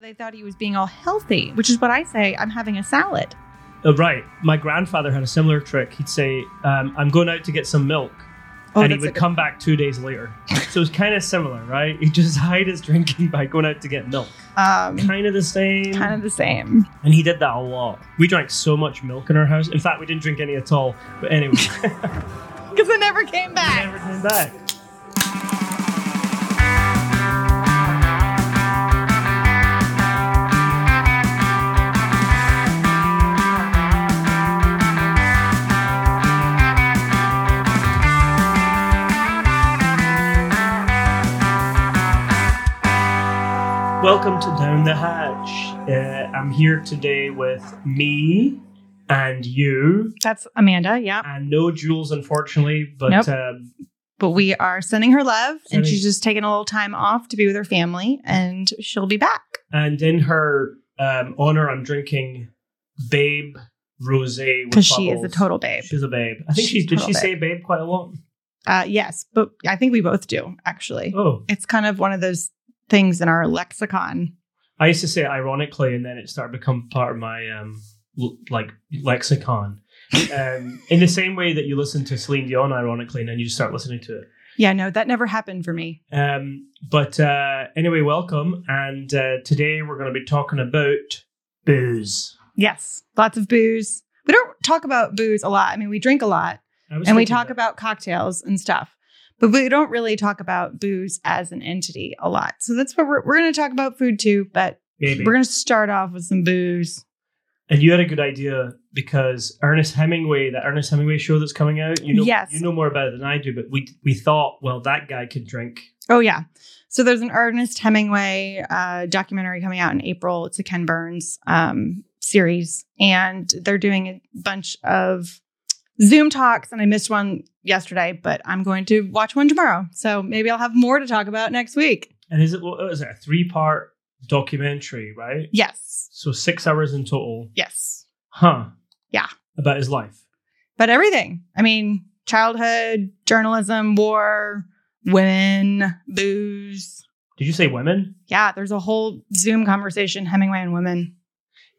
They thought he was being all healthy, which is what I say. I'm having a salad. Uh, right. My grandfather had a similar trick. He'd say, um, I'm going out to get some milk. and Oh, he that's a would good- come back two days later. so it's kind of similar, right? He'd just hide his drinking by going out to get milk. Um, Kind of the same. kind of the same. And he did that a lot. We drank so much milk in our house. In fact, we didn't drink any at all. But anyway, Because it never came I back. never came back. Welcome to Down the Hatch. Uh, I'm here today with me and you, That's Amanda, yeah. and no Jules, unfortunately, but Nope. um, But we are sending her love, and Sending- she's just taking a little time off to be with her family, and she'll be back. and in her um, honor, I'm drinking Babe Rosé with Because she is a bubbles. total babe. She's a babe. I She's think she's. Did total she babe. say babe quite a lot? Uh, yes, but I think we both do, actually. Oh, It's kind of one of those things in our lexicon. I used to say it ironically, and then it started to become part of my um, l- like lexicon. um, in the same way that you listen to Celine Dion ironically, and then you just start listening to it. Yeah, no, that never happened for me. Um, but uh, anyway, welcome. And uh, today we're going to be talking about booze. Yes, lots of booze. We don't talk about booze a lot. I mean, we drink a lot, I was and we thinking talk that. about cocktails and stuff but we don't really talk about booze as an entity a lot so that's what we're, we're going to talk about food too but maybe. we're going to start off with some booze and you had a good idea because Ernest Hemingway, that Ernest Hemingway show that's coming out, you know, Yes. you know more about it than I do. But we we thought, well, that guy could drink. oh yeah so there's an ernest hemingway uh, documentary coming out in april it's a ken burns um, series and they're doing a bunch of zoom talks and i missed one yesterday but i'm going to watch one tomorrow so maybe i'll have more to talk about next week And is it what is it a three part documentary, right? yes So six hours in total, yes huh? Yeah. about his life. but everything. I mean, childhood, journalism, war, women, booze. Did you say women? Yeah, there's a whole Zoom conversation Hemingway and women.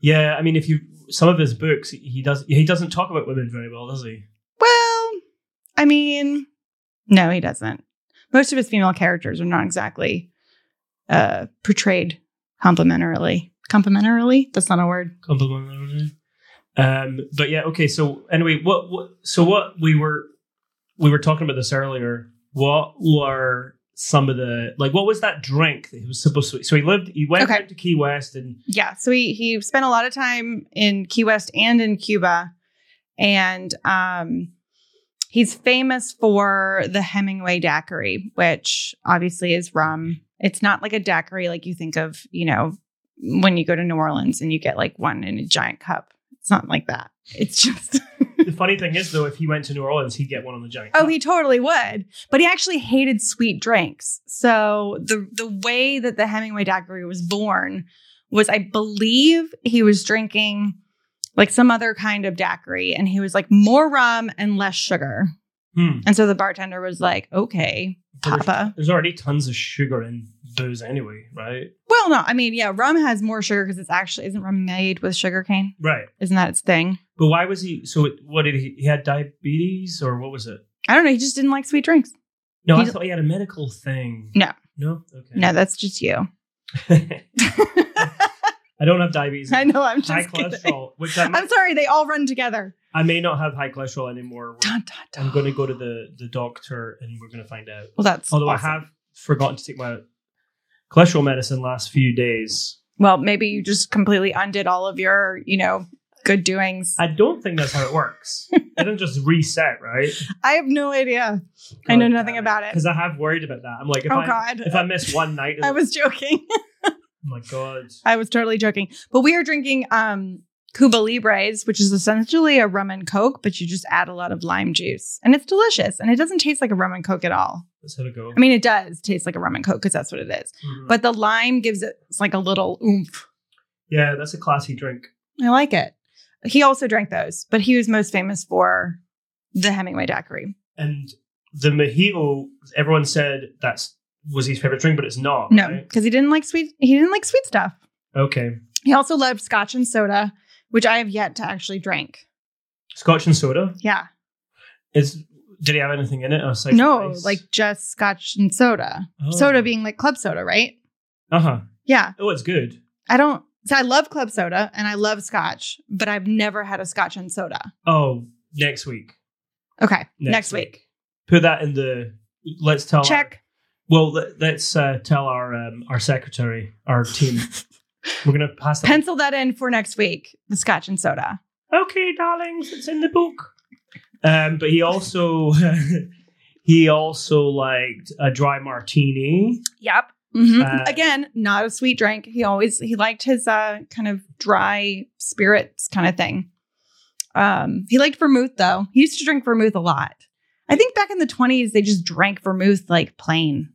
Yeah, I mean, if you some of his books, he does he doesn't talk about women very well, does he? Well, I mean, no, he doesn't. Most of his female characters are not exactly uh, portrayed complimentarily. Complimentarily? That's not a word. Compliment. Um, but yeah, okay. So anyway, what, what? So what we were we were talking about this earlier. What were some of the like? What was that drink that he was supposed to? So he lived. He went Okay. out to Key West, and Yeah, so he he spent a lot of time in Key West and in Cuba, and um, he's famous for the Hemingway daiquiri, which obviously is rum. It's not like a daiquiri like you think of, you know, when you go to New Orleans and you get like one in a giant cup. It's not like that. It's just the funny thing is, though, if he went to New Orleans, he'd get one on the giant. oh, he totally would, but he actually hated sweet drinks. So the the way that the Hemingway daiquiri was born was, I believe, he was drinking like some other kind of daiquiri, and he was like more rum and less sugar. Hmm. And so the bartender was like, "Okay, Papa." There's already tons of sugar in booze anyway, right? Well, no, I mean, yeah, rum has more sugar because it's actually isn't rum made with sugar cane? Right. Isn't that its thing? But why was he? So it, what did he? He had diabetes, or what was it? I don't know. He just didn't like sweet drinks. No, I He's- thought he had a medical thing. No. No. Okay. No, that's just you. I don't have diabetes. I know. I'm just high kidding. cholesterol, which I, might, I'm sorry. They all run together. I may not have high cholesterol anymore. Dun, dun, dun. I'm going to go to the, the doctor and we're going to find out. Well, that's Although awesome. I have forgotten to take my cholesterol medicine last few days. Well, maybe you just completely undid all of your, you know, good doings. I, I don't think that's how it works. I don't just reset, right? have no idea. I know nothing about it. Because I have worried about that. I'm like, if, oh I, God, if I miss one night, I I was, was joking. oh my God. I was totally joking. But we are drinking um Cuba Libres, which is essentially a rum and coke, but you just add a lot of lime juice, and it's delicious, and it doesn't taste like a rum and coke at all. Let's have a go. I mean, it does taste like a rum and coke because that's what it is. Mhm. But the lime gives it it's like a little oomph. yeah, that's a classy drink. I like it. He also drank those, but he was most famous for the Hemingway daiquiri. And the mojito, everyone said that's was his favorite drink, but it's not. No, right? because he didn't like sweet. He didn't like sweet stuff. Okay. He also loved scotch and soda, which I have yet to actually drink. Scotch and soda. Yeah. Is did he have anything in it? Aside Oh. No, like just scotch and soda. Soda being like club soda, right? Uh huh. Yeah. Oh, it's good. I don't. So I love club soda and I love scotch, but I've never had a scotch and soda. Oh, next week. Okay. Next, week. Put that in the. Let's tell. our- Check. well, let, let's uh, tell our um, our secretary, our team. We're gonna pass that. Pencil that in for next week the scotch and soda. okay, darlings, it's in the book. Um, but he also he also liked a dry martini. Yep. hmm Uh, Again, not a sweet drink. He always he liked his uh kind of dry spirits kind of thing. Um, he liked vermouth though. He used to drink vermouth a lot. I think back in the twenties they just drank vermouth like plain.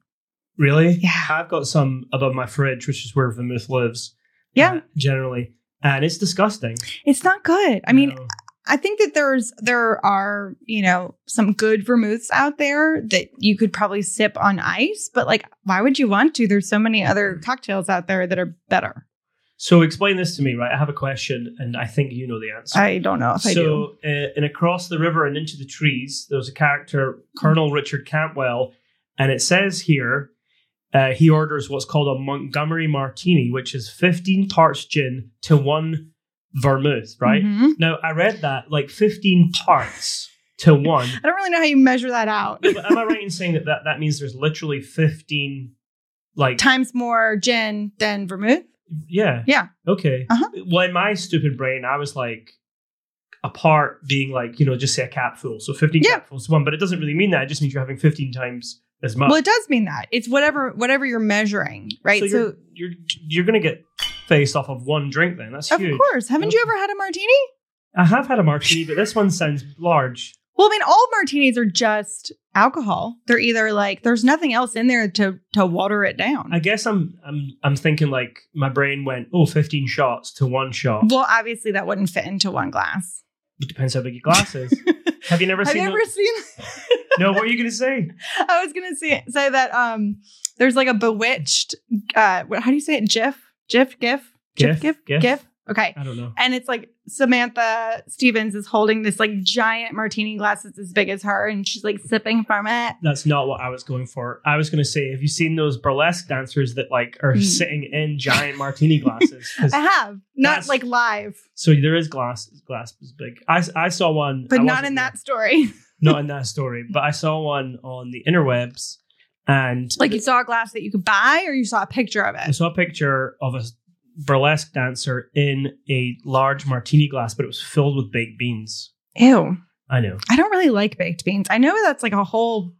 Really? Yeah. I've got some above my fridge, which is where vermouth lives. Yeah, uh, generally, and it's disgusting. it's not good. I mean, No. I think that there's there are you know some good vermouths out there that you could probably sip on ice, but like, why would you want to? There's so many other Mm. cocktails out there that are better. So explain this to me, right? I have a question, and I think you know the answer. I don't know if I do. so, uh, in Across the River and Into the Trees, there's a character, Colonel Richard Cantwell, and it says here uh, he orders what's called a Montgomery Martini, which is 15 parts gin to one vermouth, right? Mhm. Now, I read that like 15 parts to one. I don't really know how you measure that out. But am I right in saying that, that that means there's literally 15, like, Times more gin than vermouth. yeah. Yeah. Okay. Uh-huh. Well, in my stupid brain, I was like, a part being like, you know, just say a capful. So 15 Yeah. capfuls to one, but it doesn't really mean that. It just means you're having 15 times as much. Well, it does mean that it's whatever whatever you're measuring, right? So So, you're, you're, you're going to get faced off of one drink then. That's of huge. course, haven't you ever had a martini? I have had a martini, but this one sounds large. Well, I mean, all martinis are just alcohol. They're either like there's nothing else in there to to water it down. I guess I'm I'm I'm thinking like my brain went, oh, 15 shots to one shot. Well, obviously that wouldn't fit into one glass. It depends how big your glass is. have you never Have you seen ever a- seen? No, what are you gonna say? I was gonna say, say that um, there's like a bewitched. Uh, what- how do you say it? GIF, GIF, GIF, GIF, GIF, GIF. GIF. Okay, I don't know. and it's like Samantha Stevens is holding this like giant martini glass that's as big as her, and she's like sipping from it. That's not what I was going for. I was going to say, have you seen those burlesque dancers that like are Mm. sitting in giant martini glasses? 'Cause- I have not That's- like live, so there is glass. Glass is big. I, I saw one, but I not wasn't in there, that story. not in that story. But I saw one on the interwebs, and like you saw a glass that you could buy, or you saw a picture of I it. saw a picture of a burlesque dancer in a large martini glass, but it was filled with baked beans. Ew, I know. I don't really like baked beans. I know that's like a whole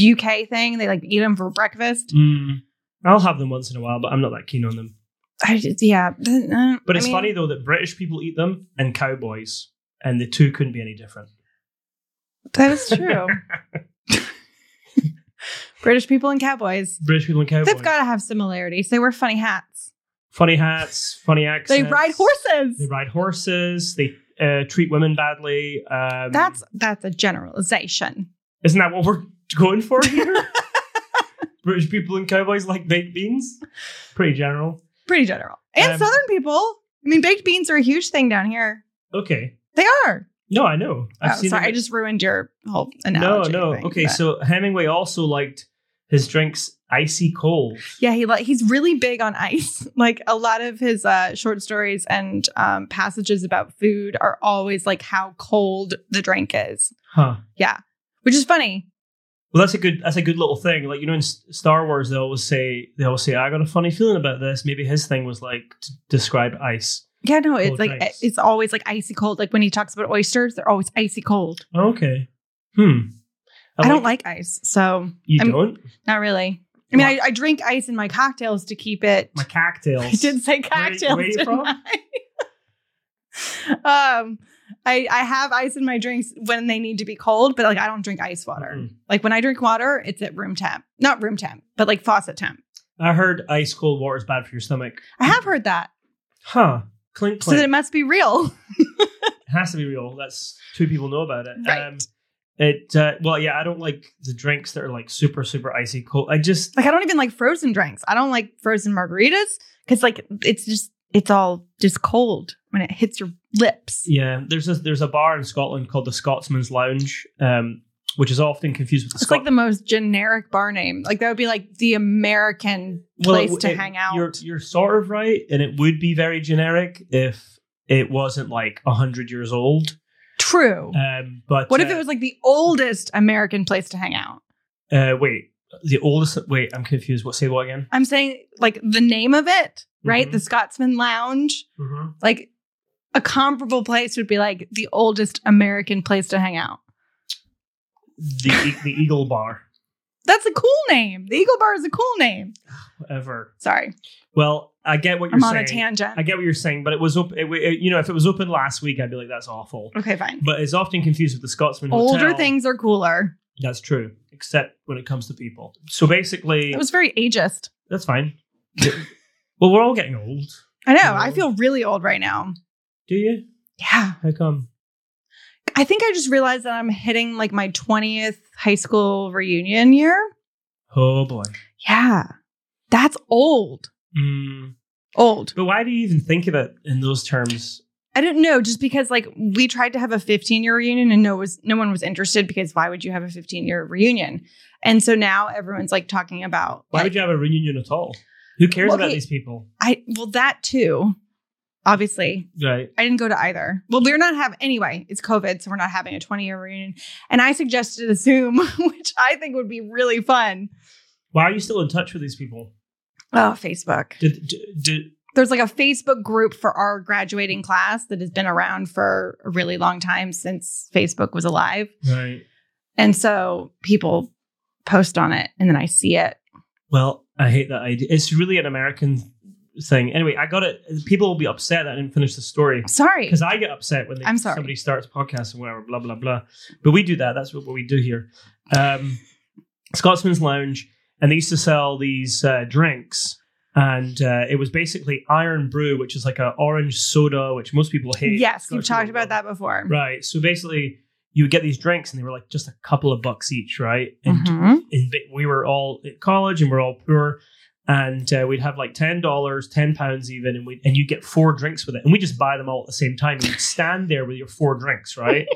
UK thing. They like eat them for breakfast. Mm. I'll have them once in a while, but I'm not that keen on them. I just, yeah, uh, But it's I mean, funny though that British people eat them and cowboys, and the two couldn't be any different. That is true. British people and cowboys. British people and cowboys. They've got to have similarities. They wear funny hats. funny hats, funny accents. They ride They horses. ride horses. They uh, treat women badly. Um, That's that's a generalization. isn't that what we're going for here? British people and cowboys like baked beans. Pretty general. Pretty general. And Um, southern people. I mean, baked beans are a huge thing down here. Okay. They are. No, I know. Oh, seen sorry, them- I just ruined your whole no, analogy. no. thing, okay, but- so Hemingway also liked his drinks icy cold. yeah, he like he's really big on ice. Like a lot of his uh, short stories and um, passages about food are always like how cold the drink is, Huh. which is funny. Well, that's a good that's a good little thing. Like you know, in S- Star Wars, they always say they always say, "I got a funny feeling about this." Maybe his thing was like to describe ice. Yeah, no, Cold it's like drinks. it's always like icy cold. Like when he talks about oysters, they're always icy cold. Oh, Okay. Hmm. I, don't like ice, so You I'm- don't? not really. I mean, I, I drink ice in my cocktails to keep it. My cocktails. I did say where cocktails. you didn't from? I? um, I I have ice in my drinks when they need to be cold, but like I don't drink ice water. Mm-mm. Like when I drink water, it's at room temp, not room temp, but like faucet temp. I heard ice cold water is bad for your stomach. I have heard that, Huh. Clink so clink. that it must be real. it has to be real. That's two people know about it. Um, Right. it uh, well, yeah, I don't like the drinks that are like super, super icy cold. I just Like I don't even like frozen drinks. I don't like frozen margaritas because like it's just it's all just cold when it hits your lips. Yeah, there's a, there's a bar in Scotland called the Scotsman's Lounge, um, which is often confused with the It's Scot- like the most generic bar name. Like that would be like the American Well, it- place to it- hang out. You're you're sort of right, and it would be very generic if it wasn't like hundred years old. True. Um, but what if uh, it was like the oldest American place to hang out? Uh, wait, the oldest. Wait, I'm confused. What say what again? I'm saying like the name of it, right? Mhm. The Scotsman Lounge. Mm-hmm. Like a comparable place would be like the oldest American place to hang out. The e- the Eagle Bar. That's a cool name. The Eagle Bar is a cool name. Ever. Sorry, Well, I get what you're I'm on saying. a tangent. I get what you're saying, but it was open. It, w- it, you know, if it was open last week, I'd be like, "That's awful." okay, fine. But it's often confused with the Scotsman Older Hotel. things are cooler. That's true, except when it comes to people. So basically, It was very ageist. that's fine. well, we're all getting old. I know. Yeah. I feel really old right now. Do you? Yeah. How come? I think I just realized that I'm hitting like my 20th high school reunion year. Oh boy. Yeah. That's old. Mm. Old. But why do you even think of it in those terms? I don't know, just because like we tried to have a 15 year reunion and no was no one was interested because why would you have a 15 year reunion? And so now everyone's like talking about Why like, would you have a reunion at all? Who cares Well, about he- these people? I well that too. Obviously, Right. I didn't go to either. Well, we're not having anyway. It's COVID, so we're not having a 20 year reunion. And I suggested a Zoom, which I think would be really fun. Why are you still in touch with these people? Oh, Facebook. Did, did, did there's like a Facebook group for our graduating class that has been around for a really long time since Facebook was alive. right. And so people post on it and then I see it. Well, I hate that idea. It's really an American thing. Anyway, I got it. People will be upset that I didn't finish the story Sorry. because I get upset when they, I'm sorry. somebody starts podcasts and whatever, blah blah blah. But we do that. That's what, what we do here. Um, Scotsman's Lounge, and they used to sell these uh, drinks, and uh, it was basically Iron Brew, which is like a orange soda, which most people hate. yes, you've Scotch talked people about that before. Right. So basically, you would get these drinks, and they were like just a couple of bucks each, right? And Mhm. and th- we were all at college and we're all poor and uh, we'd have like ten dollars, ten pounds even, and we and you get four drinks with it, and we just buy them all at the same time. And you'd stand there with your four drinks, right?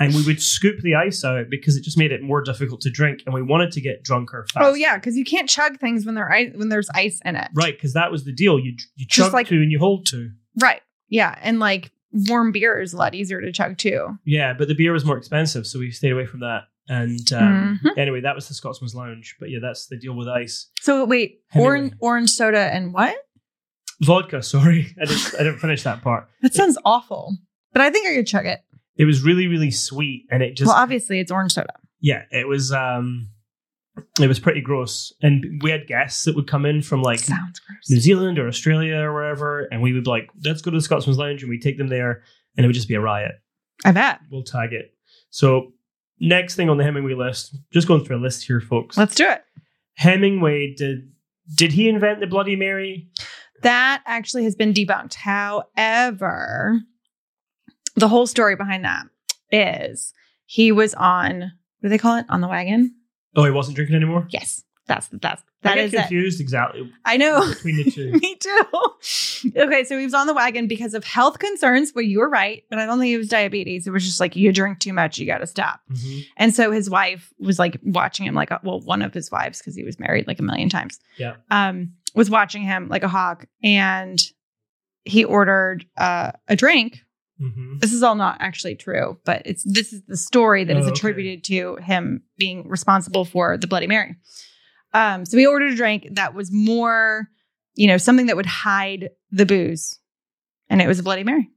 and we would scoop the ice out because it just made it more difficult to drink, and we wanted to get drunker fast. Oh yeah, because you can't chug things when they're ice, when there's ice in it. right, because that was the deal. You you Just chug like- two and you hold two. Right. Yeah, and like warm beer is a lot easier to chug too. Yeah, but the beer was more expensive, so we stayed away from that. And um, Mhm. anyway, that was the Scotsman's Lounge. But yeah, that's the deal with ice. So wait, Anyway. orange orange soda and what? Vodka, sorry, I didn't I didn't finish that part. That sounds awful. But I think I could chug it. It was really really sweet, and it just well, obviously it's orange soda. yeah, it was um it was pretty gross. And we had guests that would come in from like sounds gross. New Zealand or Australia or wherever, and we would like, let's go to the Scotsman's Lounge and we take them there, and it would just be a riot. I bet. We'll tag it. So next thing on the Hemingway list, just going through a list here, folks. Let's do it. Hemingway did did he invent the Bloody Mary? That actually has been debunked. However, the whole story behind that is he was on what do they call it? On the wagon? Oh, he wasn't drinking anymore? Yes. That's that's I that get is it. confused exactly I know. between the two. Me too. Okay, so he was on the wagon because of health concerns, where you were right, but I don't think it was diabetes. It was just like you drink too much, you gotta stop. Mhm. And so his wife was like watching him like a, well, one of his wives because he was married like a million times. Yeah. Um, was watching him like a hawk, and he ordered uh, a drink. Mhm. This is all not actually true, but it's this is the story that is Oh, okay. attributed to him being responsible for the Bloody Mary. Um, so he ordered a drink that was more, you know, something that would hide the booze, and it was a Bloody Mary.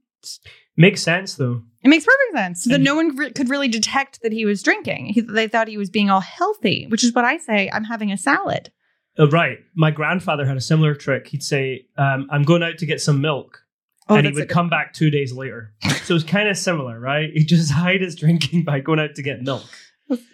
Makes sense though. It makes perfect sense. So that And- no one re- could really detect that he was drinking. He, they thought he was being all healthy, which is what I say. I'm having a salad. Oh, right. My grandfather had a similar trick. He'd say, um, I'm going out to get some milk. and he Oh, that's a would good- come back two days later. So it's kind of similar, right? He just hide his drinking by going out to get milk.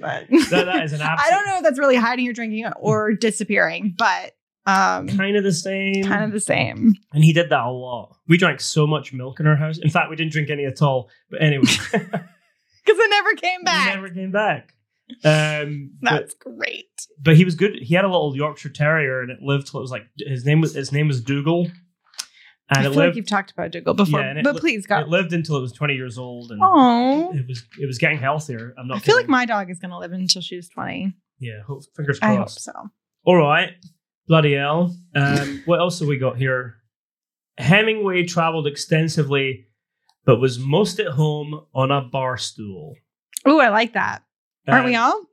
That, that is an absolute I don't know if that's really hiding your drinking or disappearing, but um, Kind of the same. kind of the same. and he did that a lot. We drank so much milk in our house. In fact, we didn't drink any at all. But anyway, Because it never came he back. never came back. Um, but, that's great. but he was good. He had a little Yorkshire Terrier, and it lived till it was like his name was his name was I Dougal, and feel it like lived. you've talked about Dougal before, Yeah, and it but li- please it God. lived until it was 20 years old, and Oh, it was it was getting healthier. I'm not. I feel like kidding. my dog is going to live until she's 20. yeah. Hope, fingers I crossed. hope so. All right. Bloody hell. Um, what else have we got here? Hemingway traveled extensively, but was most at home on a bar stool. Ooh, I like that. Aren't we Um, all?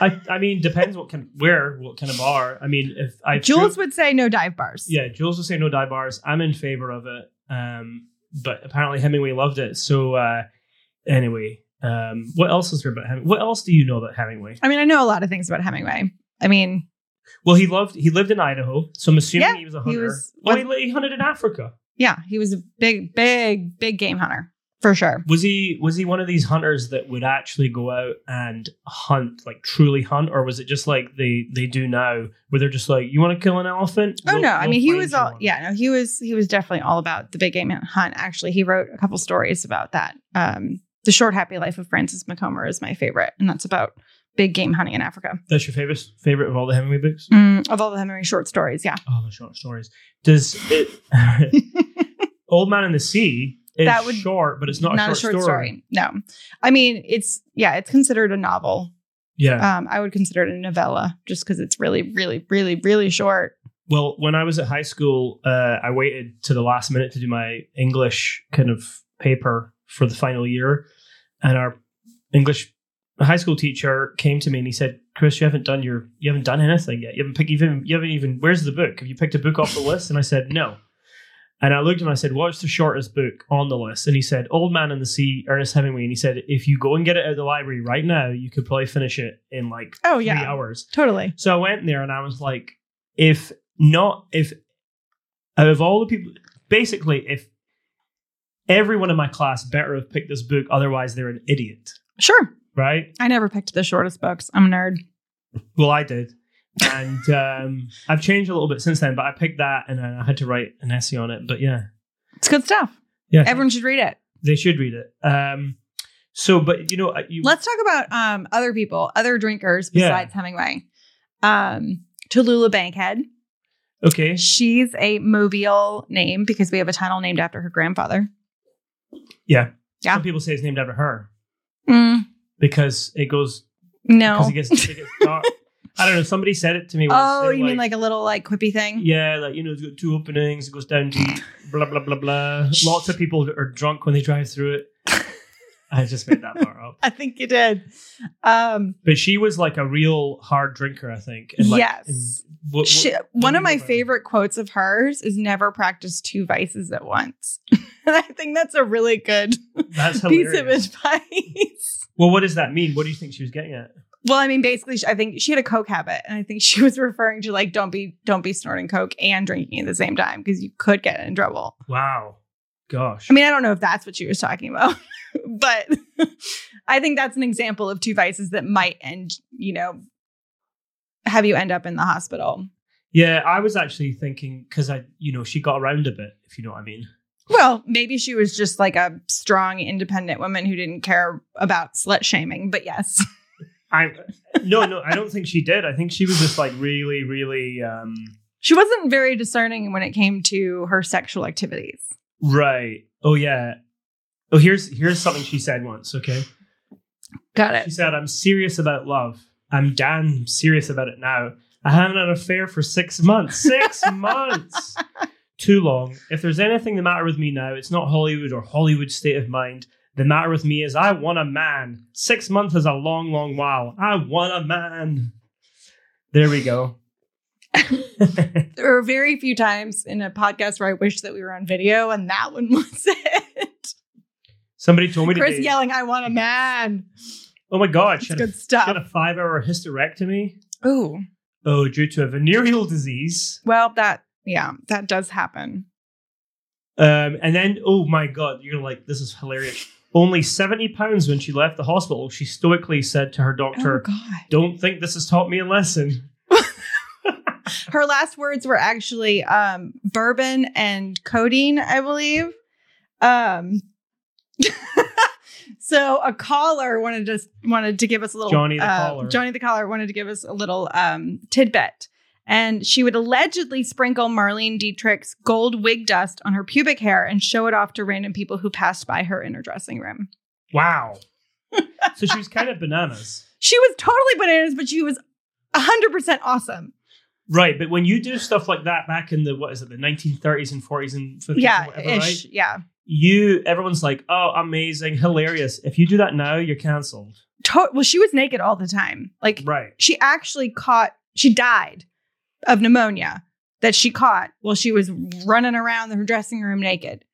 I, I mean, depends what kind, where, what kind of bar. I mean, if I Jules would say no dive bars. yeah, Jules would say no dive bars. I'm in favor of it, um, but apparently Hemingway loved it. So uh, anyway, um, what else is there about Hemingway? What else do you know about Hemingway? I mean, I know a lot of things about Hemingway. I mean, Well, he loved he lived in Idaho, so I'm assuming Yeah, he was a he hunter. was- well, he, he hunted in Africa. yeah, he was a big, big, big game hunter for sure. Was he was he one of these hunters that would actually go out and hunt, like truly hunt, or was it just like they they do now, where they're just like, you want to kill an elephant? Oh We'll- no, I we'll mean, he find was you all one." yeah, no, he was he was definitely all about the big game hunt. Actually, he wrote a couple stories about that. Um, the short happy life of Francis McComer is my favorite, and that's about big game hunting in Africa. That's your favorite favorite of all the Hemingway books. Mm, of all the Hemingway short stories, yeah, Oh, the short stories. Does it? Old Man in the Sea is That would- short, but it's not, a, short story. No, I mean it's yeah, it's considered a novel. Yeah. Um, I would consider it a novella just because it's really, really, really, really short. Well, when I was at high school, uh, I waited to the last minute to do my English kind of paper for the final year, and our English high school teacher came to me and he said, "Chris, you haven't done your you haven't done anything yet. You haven't picked even you haven't even where's the book? Have you picked a book off the list?" And I said, "No." And I looked at him. I said, "What's the shortest book on the list?" And he said, "Old Man and the Sea, Ernest Hemingway." And he said, "If you go and get it out of the library right now, you could probably finish it in like Oh three yeah, hours." totally. So I went there and I was like, if not, if out of all the people, basically, if everyone in my class better have picked this book, otherwise they're an idiot, Sure. right? I never picked the shortest books. I'm a nerd. Well, I did. And um, I've changed a little bit since then, but I picked that and I had to write an essay on it. But yeah, It's good stuff. yeah, Everyone should read it. they should read it. Um, so, but you know, uh, you, Let's talk about um, other people, other drinkers Yeah. besides Hemingway. Um, Tallulah Bankhead. okay, She's a Mobile name because we have a tunnel named after her grandfather. Yeah. some people say it's named after her Mm, because it goes because no. it gets, it gets dark. I don't know. Somebody said it to me. Once. Oh, They you were mean like a little like quippy thing? Yeah, like you know, it's got two openings. It goes down to blah blah blah blah. Lots of people are drunk when they drive through it. I just made that part up. I think you did. Um, But she was like a real hard drinker, I think. And like, Yes. and what- what- she, one of you my about her? favorite quotes of hers is never practice two vices at once. and I think that's a really good that's piece of hilarious. advice. Well, what does that mean? What do you think she was getting at? Well, I mean, basically, she- I think she had a coke habit, and I think she was referring to like don't be don't be snorting coke and drinking at the same time because you could get in trouble. Wow, gosh. I mean, I don't know if that's what she was talking about, but I think that's an example of two vices that might end, you know, have you end up in the hospital. yeah, I was actually thinking because I, you know, she got around a bit, if you know what I mean. Well, maybe she was just like a strong, independent woman who didn't care about slut shaming. But yes, I no, no, I don't think she did. I think she was just like really, really um she wasn't very discerning when it came to her sexual activities. right. Oh yeah. Oh, here's here's something she said once. Okay. Got She said, I'm serious about love. I'm damn serious about it now. I haven't had an affair for six months. Six months! Too long. If there's anything the matter with me now, it's not Hollywood or Hollywood state of mind. The matter with me is I want a man. Six months is a long, long while. I want a man. There we go. there are very few times in a podcast where I wish that we were on video, and that one was it. Somebody told me Chris today. yelling, "I want a man." Oh my god, It's she had, a, good she had stuff. a five hour hysterectomy. Ooh, Oh, due to a venereal disease. well, that yeah, that does happen. Um, and then, oh my god, you're like, this is hilarious. Only 70 pounds when she left the hospital, she stoically said to her Oh, doctor, God! Don't think this has taught me a lesson. Her last words were actually um, bourbon and codeine, I believe. Um, so a caller wanted us wanted to give us a little Johnny the uh, caller. Johnny the caller wanted to give us a little um, tidbit, And she would allegedly sprinkle Marlene Dietrich's gold wig dust on her pubic hair and show it off to random people who passed by her in her dressing room. Wow. so she was kind of bananas. She was totally bananas, but she was 100% awesome. Right, but when you do stuff like that back in the what is it, the 1930s and 40s and 50s, yeah, and whatever, right? ish. Yeah. You, everyone's like, oh, amazing, hilarious. If you do that now, you're cancelled. To- well, she was naked all the time. Like, Right. she actually caught, she died of pneumonia that she caught while she was running around her dressing room naked.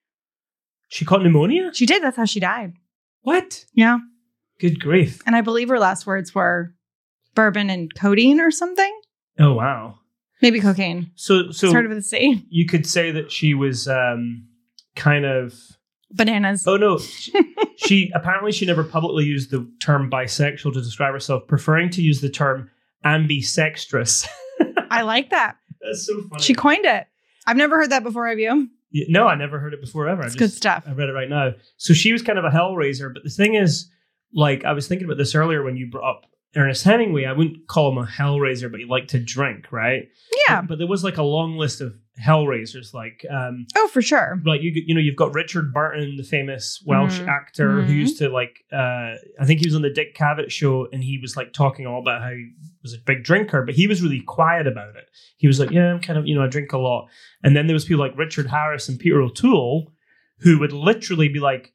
She caught pneumonia. She did. That's how she died. What? Yeah. Good grief. And I believe her last words were bourbon and codeine or something. Oh wow. Maybe cocaine. So so Started with a C. you could say that she was um kind of. Bananas. Oh no. She, she apparently she never publicly used the term bisexual to describe herself, preferring to use the term ambisextrous. I like that. That's so funny. She coined it. I've never heard that before, have you? Y- No, I never heard it before ever. I It's good just- stuff. I read it right now. So she was kind of a hellraiser, but the thing is, like I was thinking about this earlier when you brought up Ernest Hemingway. I wouldn't call him a hellraiser, but he liked to drink, right? Yeah. But, but there was like a long list of hellraisers, like um, Oh, for sure. like you you know you've got Richard Burton, the famous Welsh Mhm. actor who Mhm. used to like uh, I think he was on the Dick Cavett show and he was like talking all about how he was a big drinker, but he was really quiet about it. He was like, yeah, I'm kind of you know I drink a lot, and then there was people like Richard Harris and Peter O'Toole who would literally be like.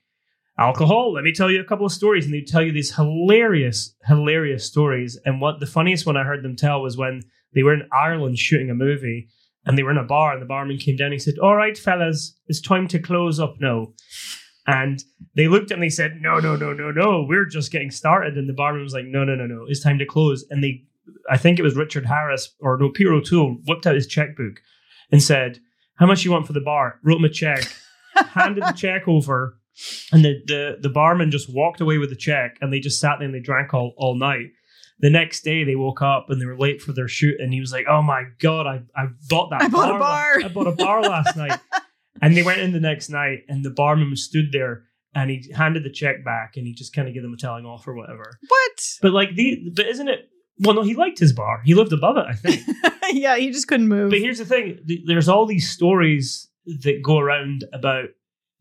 Alcohol. Let me tell you a couple of stories, and they would tell you these hilarious, hilarious stories. And what the funniest one I heard them tell was when they were in Ireland shooting a movie, and they were in a bar and the barman came down and he said all right fellas it's time to close up now and they looked at him and they said no no no no no we're just getting started and the barman was like no no no no it's time to close and they i think it was richard harris or no peter o'toole whipped out his checkbook and said how much you want for the bar wrote him a check handed the check over and the, the, the barman just walked away with the check and they just sat there and they drank all, all night the next day they woke up and they were late for their shoot and he was like oh my god i, I bought that I bought a la- bar." i bought a bar last night and they went in the next night and the barman was stood there and he handed the check back and he just kind of gave them a telling off or whatever What? but like the but isn't it well no he liked his bar he lived above it i think yeah, he just couldn't move. but here's the thing: th- there's all these stories that go around about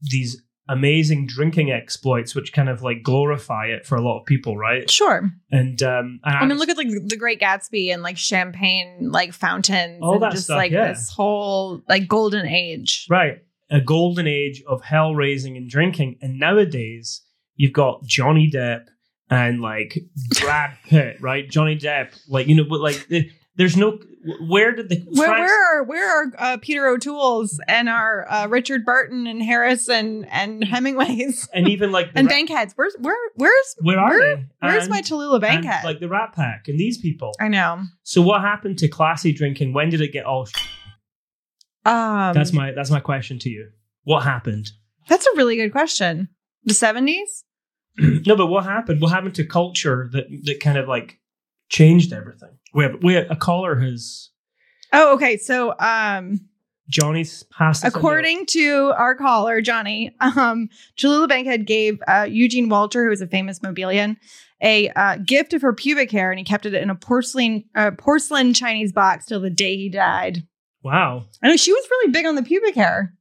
these amazing drinking exploits, which kind of like glorify it for a lot of people, right? sure. And um, and I mean, look at like the Great Gatsby and like champagne, like fountains, All and that just stuff, like yeah. this whole like golden age. right a golden age of hell raising and drinking, and nowadays you've got Johnny Depp and like Brad Pitt, right? Johnny Depp, like you know, but like the- there's no where did the Where, Frank's- where are where are uh, Peter O'Toole's and our uh, Richard Burton and Harrison Mm. and Hemingway's and even like the and Ra- Bankheads? Where's where where's where are where- they? where's And- my Tallulah and, Bankhead? like the Rat Pack and these people. I know. So what happened to classy drinking? When did it get all? Sh- Um, that's my that's my question to you. What happened? That's a really good question. The seventies? no, but what happened? What happened to culture that that kind of like changed everything? We have we have, a caller has Oh, okay. So, um, Johnny's passed. us a According to our caller, Johnny, um, Cholula Bankhead gave uh, Eugene Walter, who was a famous Mobilian, a uh, gift of her pubic hair, and he kept it in a porcelain uh, porcelain Chinese box till the day he died. note. Wow. I know she was really big on the pubic hair.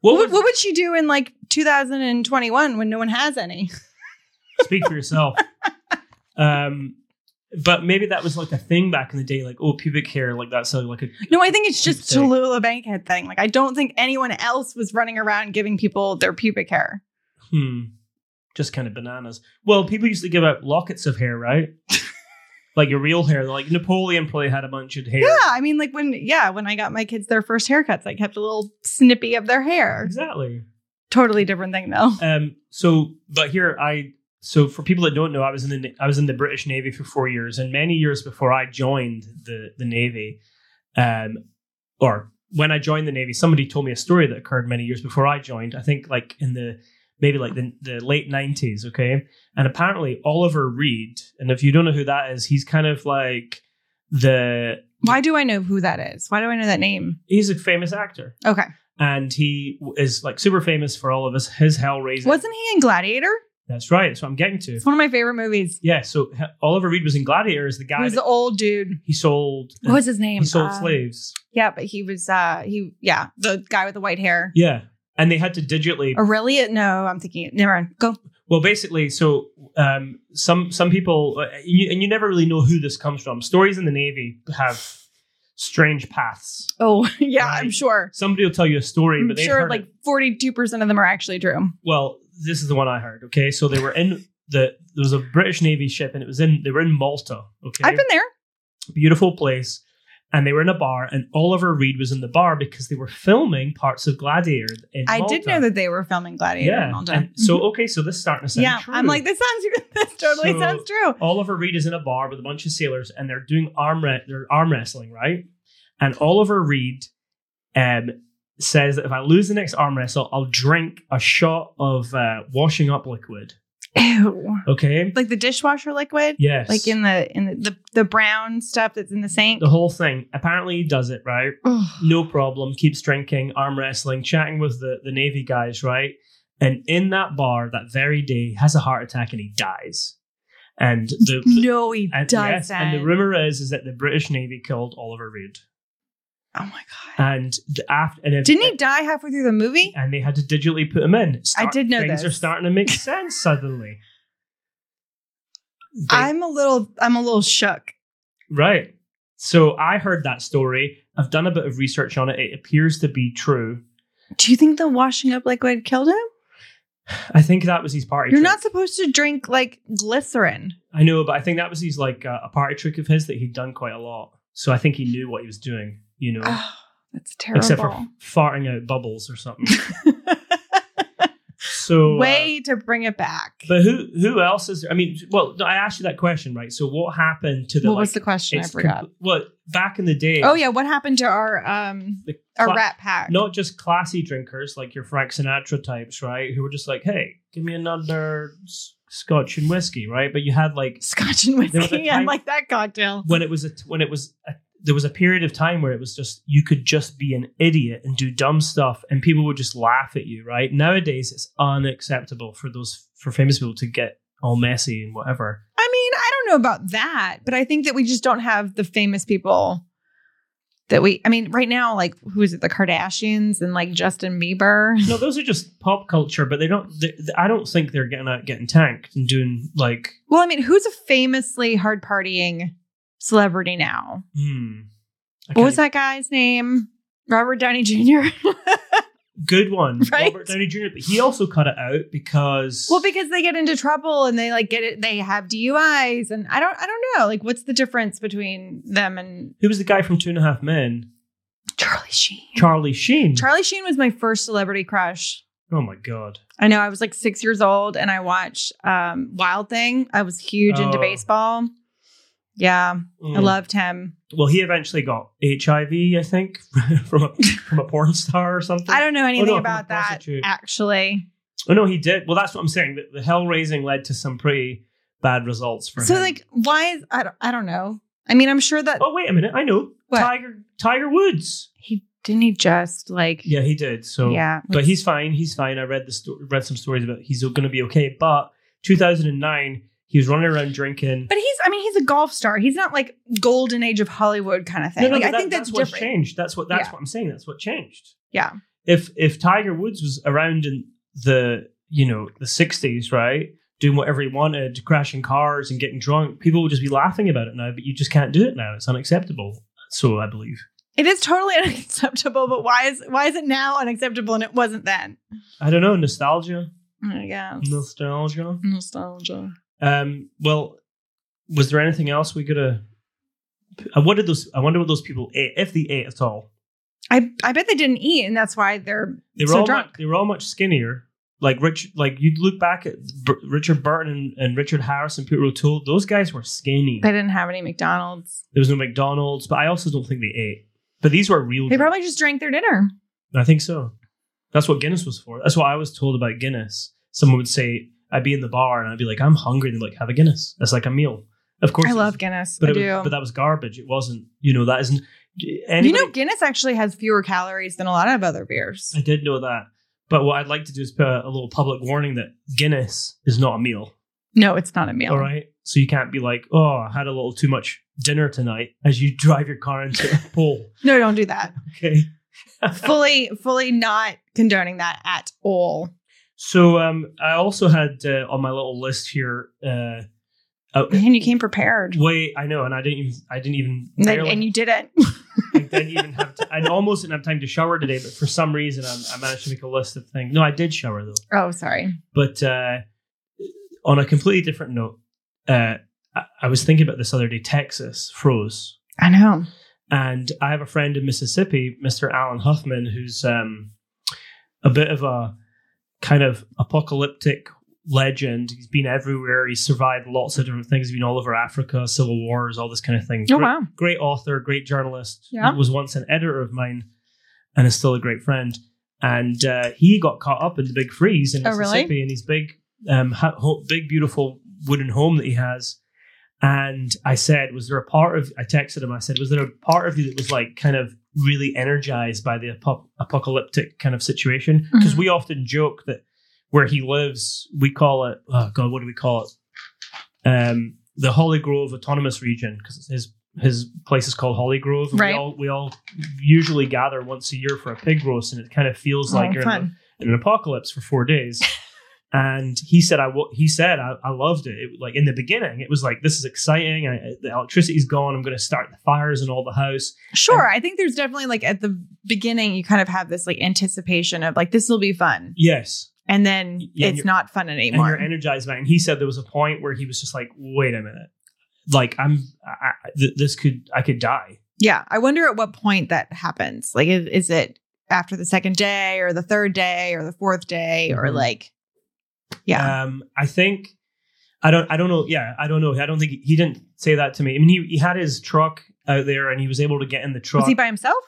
What What, would, was, what would she do in like 2021 when no one has any? speak for yourself. um, but maybe that was like a thing back in the day, like oh pubic hair, like that's a, like a No, I think it's just Same. Cholula Bankhead thing. Like, I don't think anyone else was running around giving people their pubic hair. hmm, just kind of bananas. Well, people used to give out lockets of hair, right? like your real hair. Like Napoleon probably had a bunch of hair. Yeah, I mean, like when yeah, when I got my kids their first haircuts, I kept a little snippy of their hair. Exactly. Totally different thing though. Um. So, but here I. So for people that don't know, I was in the I was in the British Navy for four years, and many years before I joined the the Navy, um, or when I joined the Navy, somebody told me a story that occurred many years before I joined. I think like in the maybe like the, the late nineties. Okay, and apparently Oliver Reed, and if you don't know who that is, he's kind of like the Why do I know who that is? Why do I know that name? he's a famous actor, Okay, and he is like super famous for all of us. His hell raising wasn't he in Gladiator? That's right. That's what I'm getting to. It's one of my favorite movies. Yeah. So H- Oliver Reed was in Gladiator as the guy. He was that- the old dude. he sold. What was his name? He sold Uh, slaves. Yeah, but he was uh he yeah, the guy with the white hair. Yeah. And they had to digitally. Aurelia? No, I'm thinking never mind. Go. Well, basically, so um, some some people, uh, you, and you never really know who this comes from. Stories in the Navy have strange paths. Oh, yeah, I'm Right. sure. Somebody will tell you a story, I'm but they sure heard like it. 42% of them are actually true. Well, this is the one I heard. Okay, so they were in the there was a British Navy ship, and it was in they were in Malta. Okay, I've been there. beautiful place. And they were in a bar, and Oliver Reed was in the bar because they were filming parts of Gladiator. In I did Malta. know that they were filming Gladiator Yeah. in Malta. And so okay, so this is starting to Mhm. sound yeah, true. I'm like this sounds this totally So- sounds true. Oliver Reed is in a bar with a bunch of sailors, and they're doing arm re- they're arm wrestling, right? And Oliver Reed um, says that if I lose the next arm wrestle, I'll drink a shot of uh, washing up liquid. Ew. Okay. Like the dishwasher liquid, Yes. like in the in the, the the brown stuff that's in the sink. the whole thing. Apparently, he does it right. Ugh. no problem, keeps drinking, arm wrestling, chatting with the, the Navy guys, right? And in that bar that very day, he has a heart attack and he dies. And the no, he and, doesn't. yes, and the rumor is is that the British Navy killed Oliver Reed. oh my god! And the, after and if, Didn't he die halfway through the movie? And they had to digitally put him in. I did know things this. are starting to make sense suddenly. They- I'm a little I'm a little shook. Right. So I heard that story. I've done a bit of research on it. It appears to be true. Do you think the washing up liquid killed him? I think that was his party. You're trick. not supposed to drink like glycerin. I know, but I think that was his like uh, a party trick of his that he'd done quite a lot. So I think he knew what he was doing, you know, Oh, that's terrible. except for farting out bubbles or something. So uh, Way to bring it back. but who who else is? There? I mean, well, no, I asked you that question, right? So what happened to the? what like, was the question? I it's forgot. compl- well, back in the day. oh yeah, what happened to our um the our cla- rat pack? Not just classy drinkers like your Frank Sinatra types, right? Who were just like, "Hey, give me another s- scotch and whiskey," right? But you had like Scotch and There was a whiskey. I time- like that cocktail. when it was a when it was a, there was a period of time where it was just you could just be an idiot and do dumb stuff and people would just laugh at you right nowadays it's unacceptable for those for famous people to get all messy and whatever I mean, I don't know about that, but I think that we just don't have the famous people that we. I mean, right now, like who is it? The Kardashians and like Justin Bieber. no those are just pop culture but they don't they, i don't think they're getting out getting tanked and doing like Well, I mean, who's a famously hard partying celebrity now? hmm I What was can't- that guy's name? Robert Downey Jr. good one Right? robert downey jr but he also cut it out because well, because they get into trouble and they like get it. They have DUIs, and I don't, I don't know. Like, what's the difference between them and who was the guy from two and a half men Charlie Sheen? charlie sheen Charlie Sheen was my first celebrity crush. oh my god I know I was like six years old, and I watched um, Wild Thing. I was huge into Oh. baseball. Yeah, I Mm. loved him. Well, he eventually got HIV, I think, from a from a porn star or something. I don't know anything from a about that Oh, prostitute. actually. oh no, he did. Well, that's what I'm saying. The, the hell raising led to some pretty bad results for So him. like, why is I don't, I don't know. I mean, I'm sure that oh wait a minute, I know What? Tiger Tiger Woods. he didn't he just like Yeah, he did. So yeah. but he's fine. He's fine. I read the sto- read some stories about he's going to be okay. But 2009, he was running around drinking. But he's I mean he's a golf star. He's not like golden age of Hollywood kind of thing. like, but I that- think that's, what's different. changed. That's what that's Yeah. what I'm saying. That's what changed. Yeah. If if Tiger Woods was around in the you know the '60s, right, doing whatever he wanted, crashing cars and getting drunk, people would just be laughing about it now. But you just can't do it now. It's unacceptable. So I believe. It is totally unacceptable, but why is why is it now unacceptable and it wasn't then? I don't know. Nostalgia. Oh my gosh. Nostalgia. Nostalgia. Um. Well, was there anything else we gotta? I wonder those. I wonder what those people ate, if they ate at all. I I bet they didn't eat and that's why they're They were So all drunk. Much, they were all much skinnier. Like Rich, like you look back at Br- Richard Burton and, and Richard Harris and Peter O'Toole. Those guys were skinny. they didn't have any McDonald's. there was no McDonald's, but I also don't think they ate. But these were real. They drinks. probably just drank their dinner. I think so. That's what Guinness was for. That's what I was told about Guinness. Someone would say, "I'd be in the bar and I'd be like, I'm hungry," and they're like, "Have a Guinness." That's like a meal. Of course, I it love was- Guinness. I But it was- do. but that was garbage. It wasn't. You know that isn't. Anybody, You know Guinness actually has fewer calories than a lot of other beers. I did know that. But what I'd like to do is put a, a little public warning that Guinness is not a meal. No, it's not a meal. All right. So you can't be like, oh, I had a little too much dinner tonight as you drive your car into a pole. No, don't do that. Okay. fully, fully not condoning that at all. So um, I also had uh, on my little list here. Uh, uh, And you came prepared. wait, I know, and I didn't even. I didn't even. And, then- barely- and you didn't. I didn't even have. T- I almost didn't have time to shower today, but for some reason, um, i I managed to make a list of things. No, I did shower though. Oh, sorry. But uh, on a completely different note, uh, I-, I was thinking about this other day. Texas froze. I know. And I have a friend in Mississippi, Mr. Alan Huffman, who's um, a bit of a kind of apocalyptic legend. He's been everywhere. He's survived lots of different things. He's been all over Africa, civil wars, all this kind of thing. Oh, Great- wow. great author, great journalist. Yeah. Was once an editor of mine and is still a great friend. And uh, he got caught up in the big freeze in Oh, really? Mississippi in his big, um, ha- ho- big, beautiful wooden home that he has. And I said, Was there a part of, I texted him, I said, Was there a part of you that was like kind of really energized by the apo- apocalyptic kind of situation? Because Mhm. we often joke that where he lives, we call it, oh God, what do we call it? Um, the Holly Grove Autonomous Region, because his his place is called Holly Grove. and Right. We all we all usually gather once a year for a pig roast, and it kind of feels like oh, you're in, a- fun. in an apocalypse for four days. and he said, "I wa- he said I, I loved it. it. Like in the beginning, it was like this is exciting. I, the electricity's gone. I'm going to start the fires and all the house. Sure. I think there's definitely like at the beginning, you kind of have this like anticipation of like, this will be fun. Yes, And then Yeah, and it's you're- not fun and anymore. you're energized by it. And he said there was a point where he was just like, wait a minute, like I'm I, I- th- this could I could die. yeah. I wonder at what point that happens. Like, is, is it after the second day or the third day or the fourth day or Mhm. like, yeah. Um, I think I don't I don't know. Yeah, I don't know. I don't think he, he didn't say that to me. I mean, he he had his truck out there and he was able to get in the truck. Was he by himself?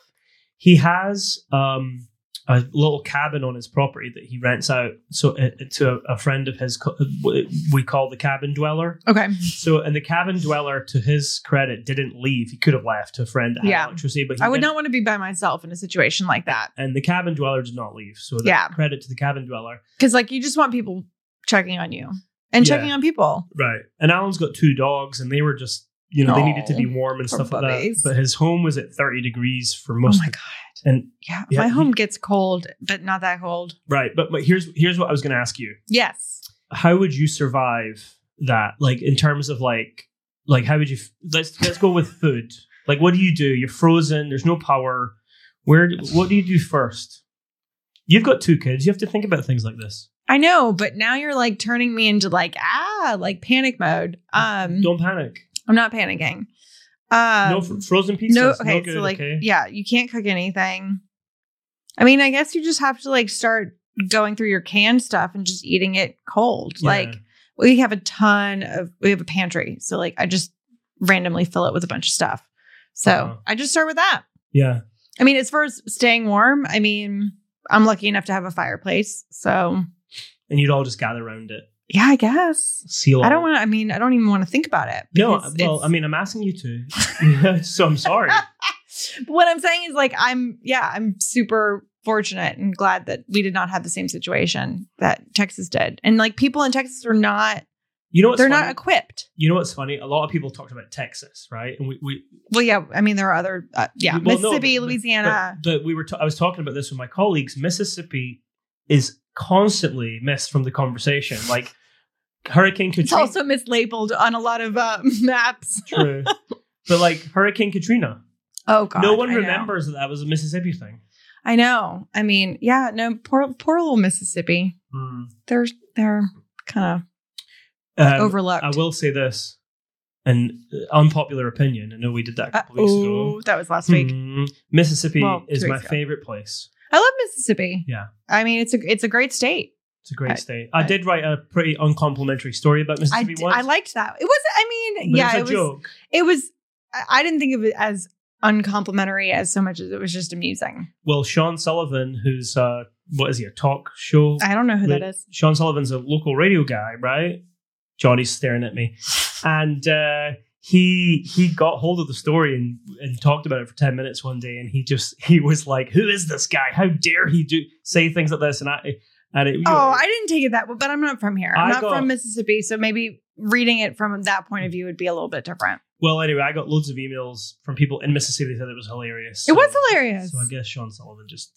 he has um a little cabin on his property that he rents out so uh, to a, a friend of his co- uh, we call the cabin dweller Okay. so and the cabin dweller to his credit didn't leave he could have left to a friend that had Yeah. electricity but he I would didn't. not want to be by myself in a situation like that. and the cabin dweller did not leave so the Yeah. credit to the cabin dweller Because like you just want people checking on you and Yeah. checking on people. right and alan's got two dogs and they were just you know they needed to Aw, be warm and poor stuff like that puppies. but his home was at 30 degrees for Oh most my of god. and Yeah. Yeah, my he- home gets cold, but not that cold. right but but here's here's what i was going to ask you Yes. how would you survive that like in terms of like like how would you f- let's let's go with food like what do you do you're frozen there's no power where do- what do you do first you've got two kids you have to think about things like this I know, but now you're like turning me into like ah, like panic mode. Um don't panic I'm not panicking. Um no fr- frozen pizzas no okay, no good, so like okay? yeah, you can't cook anything. I mean, I guess you just have to like start going through your canned stuff and just eating it cold. Yeah. Like we have a ton of we have a pantry so like i just randomly fill it with a bunch of stuff so Uh-huh. i just start with that yeah i mean as far as staying warm i mean i'm lucky enough to have a fireplace so and you'd all just gather around it yeah i guess seal i don't all- want to i mean i don't even want to think about it no because well it's- i mean i'm asking you to so i'm sorry but what i'm saying is like i'm yeah i'm super fortunate and glad that we did not have the same situation that texas did and like people in texas are not you know what's they're funny? not equipped you know what's funny a lot of people talked about texas right and we, we well yeah i mean there are other uh, yeah Well, no, mississippi but- but- louisiana But, but we were. T- I was talking about this with my colleagues. Mississippi is constantly missed from the conversation. Like Hurricane It's Katrina. also mislabeled on a lot of uh, maps. True. but like Hurricane Katrina, Oh God, no one I know. remembers that that was a Mississippi thing. I know. I mean, yeah, no, poor, poor little Mississippi. They're they're kind Um, of overlooked. I will say this, an unpopular opinion. I know we did that a couple weeks Oh, ago. that was last week. Hmm. Mississippi Well, two is my weeks ago. favorite place. I love Mississippi. Yeah. I mean it's a it's a great state. It's a great I- state. I, I- did write a pretty uncomplimentary story about I, Mississippi d- once. I liked that. It was. I but mean, yeah, it's a it was. joke. It was. I I didn't think of it as uncomplimentary as so much as it was just amusing. Well, Sean Sullivan, who's uh, what is he a talk show? I don't know who that Right. is. Sean Sullivan's a local radio guy, right? Johnny's staring at me, and uh, he he got hold of the story and and talked about it for 10 minutes one day and he just he was like who is this guy how dare he do say things like this and i and it, you know, Oh, I didn't take it that way, but I'm not from here. I'm I not got- from Mississippi, so maybe reading it from that point of view would be a little bit different. well anyway i got loads of emails from people in mississippi that said it was hilarious it was hilarious. so i guess sean sullivan just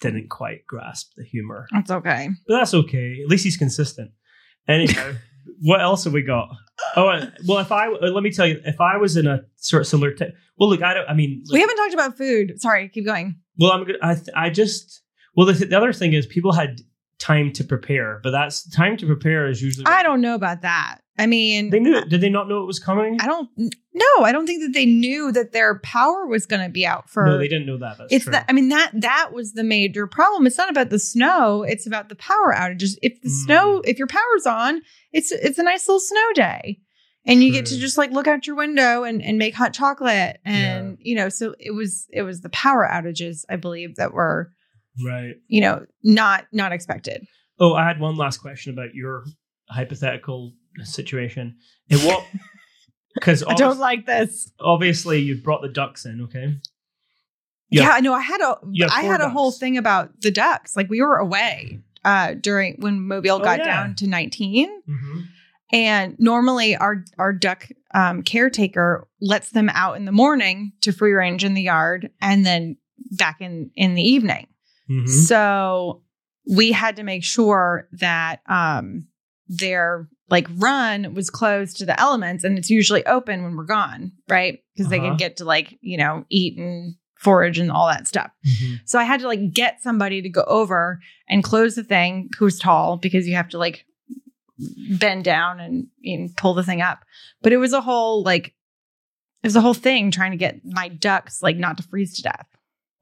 didn't quite grasp the humor That's okay. but that's okay at least he's consistent anyhow what else have we got oh and- well if i let me tell you if i was in a sort of similar t- well look i don't i mean We haven't talked about food. Sorry, keep going. Well, I'm good. I th- I just well the, the other thing is people had time to prepare, but that's time to prepare is usually I don't know about that. I mean, They knew it. Did they not know it was coming? I don't. No, I don't think that they knew that their power was going to be out for. no, they didn't know that. That's it's true. that. I mean that that was the major problem. It's not about the snow. It's about the power outages. If the Mm. snow, if your power's on, it's it's a nice little snow day, and you get to True. just like look out your window and and make hot chocolate, and you know. So it was it was the power outages, I believe, that were right. you know not not expected. Oh, I had one last question about your hypothetical situation. And what? Because I don't like this. obviously you've brought the ducks in. Okay. You Yeah, have- no, I had a you have I four had a whole ducks. thing about the ducks. Like we were away uh during when Mobile got Oh, yeah. down to 19 Mhm. and normally our our duck um caretaker lets them out in the morning to free range in the yard and then back in in the evening. Mhm. So we had to make sure that um their like run was closed to the elements and it's usually open when we're gone, right? Because they Uh-huh. can get to like, you know, eat and forage and all that stuff. Mhm. So I had to like get somebody to go over and close the thing who's tall because you have to like bend down and, and pull the thing up. But it was a whole like it was a whole thing trying to get my ducks like not to freeze to death.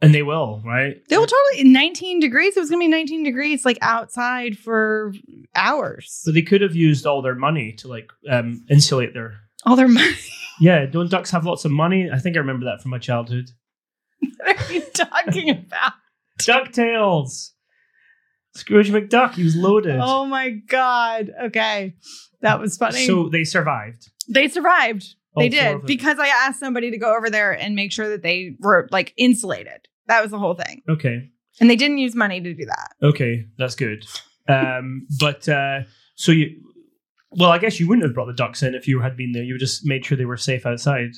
And they will, right? They were totally in 19 degrees. It was gonna be 19 degrees like outside for hours. So they could have used all their money to like um, insulate their All their money. Yeah, don't ducks have lots of money? I think I remember that from my childhood. What are you talking about? DuckTales! Scrooge McDuck, he was loaded. Oh my god. Okay. That was funny. So they survived. They survived. All they four of did them. because I asked somebody to go over there and make sure that they were like insulated. That was the whole thing. Okay. And they didn't use money to do that. Okay, that's good. Um, but uh, so you, well, I guess you wouldn't have brought the ducks in if you had been there. You just made sure they were safe outside.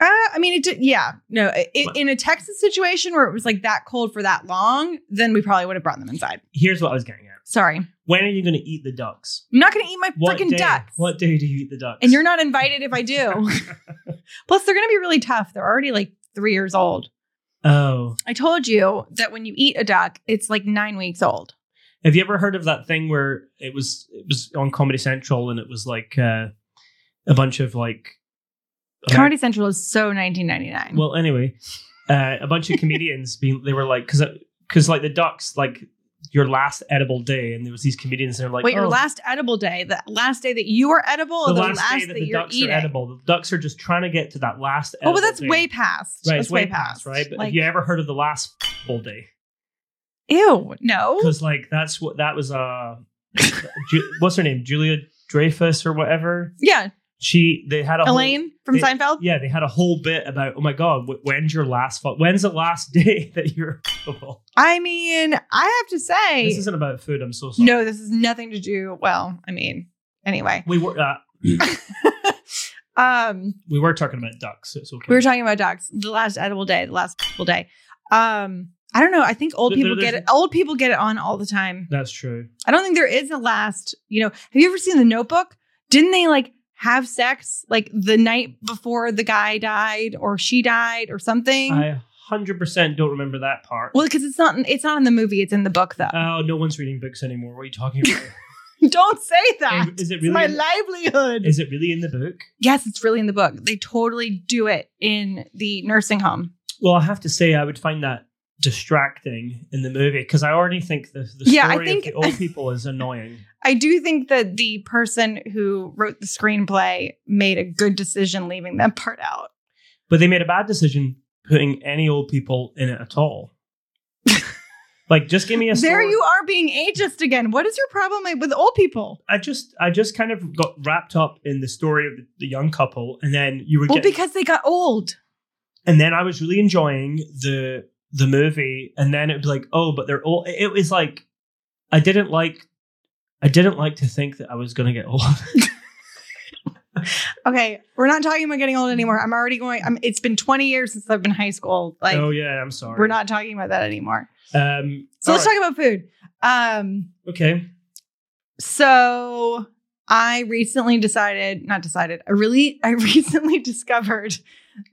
Uh, I mean, it did. Yeah. No, i i- What? in a Texas situation where it was like that cold for that long, then we probably would have brought them inside. Here's what I was getting at. Sorry. I'm When are you going to eat the ducks? not going to eat my What freaking day, ducks. What day do you eat the ducks? And you're not invited if I do. Plus, they're going to be really tough. They're already like three years old. Oh, I told you that when you eat a duck, it's like nine weeks old. Have you ever heard of that thing where it was it was on Comedy Central and it was like uh, a bunch of like Amer- Comedy Central is so 1999. well, anyway, uh, a bunch of comedians being they were like because because like the ducks like your last edible day and there was these comedians and they're like Wait, your "Oh, last edible day, the last day that you are edible, or the the last, day that, the you're ducks eating. are edible. The ducks are just trying to get to that last. Oh, edible but that's day. way past. right. That's It's way, past, right? But like, have you ever heard of the last full day? ew, no. Because like that's what that was. Uh, Ju- what's her name? Julia Dreyfus or whatever. Yeah, She they had a whole- Elaine from they- Seinfeld. yeah, they had a whole bit about, oh my god, wh- when's your last fu- when's the last day that you're available? I mean, I have to say, This isn't about food. I'm so sorry. no, this is nothing to do. Well, I mean, anyway. we were uh, um, we were talking about ducks. So it's okay. we were talking about dogs. The last edible day, the last edible day. Um, I don't know. I think old There- people there's- get it. Old people get it on all the time. That's true. I don't think there is a last. You know, have you ever seen The Notebook? Didn't they like have sex like the night before the guy died or she died or something? I hundred percent don't remember that part. well, because it's not it's not in the movie. It's in the book though. Oh, no one's reading books anymore. What are you talking about? don't say that. is it It's my really? In, livelihood. is it really in the book? yes, it's really in the book. They totally do it in the nursing home. Well, I have to say, I would find that distracting in the movie because I already think the, the Yeah, I story think- of the old people is annoying. I do think that the person who wrote the screenplay made a good decision leaving that part out. But they made a bad decision putting any old people in it at all. Like, just give me a. There story. you are being ageist again. What is your problem with old people? I just, I just kind of got wrapped up in the story of the, the young couple, and then you were Well, getting, because they got old. and then I was really enjoying the the movie, and then it was like, oh, but they're all. It was like, I didn't like, I didn't like to think that I was gonna get old. Okay, we're not talking about getting old anymore. I'm already going. I'm, it's been 20 years since I've been high school. Like oh yeah, I'm sorry. we're not talking about that anymore. Um, So let's all talk about food. Um, right. Okay. so I recently decided, not decided. I really, I recently discovered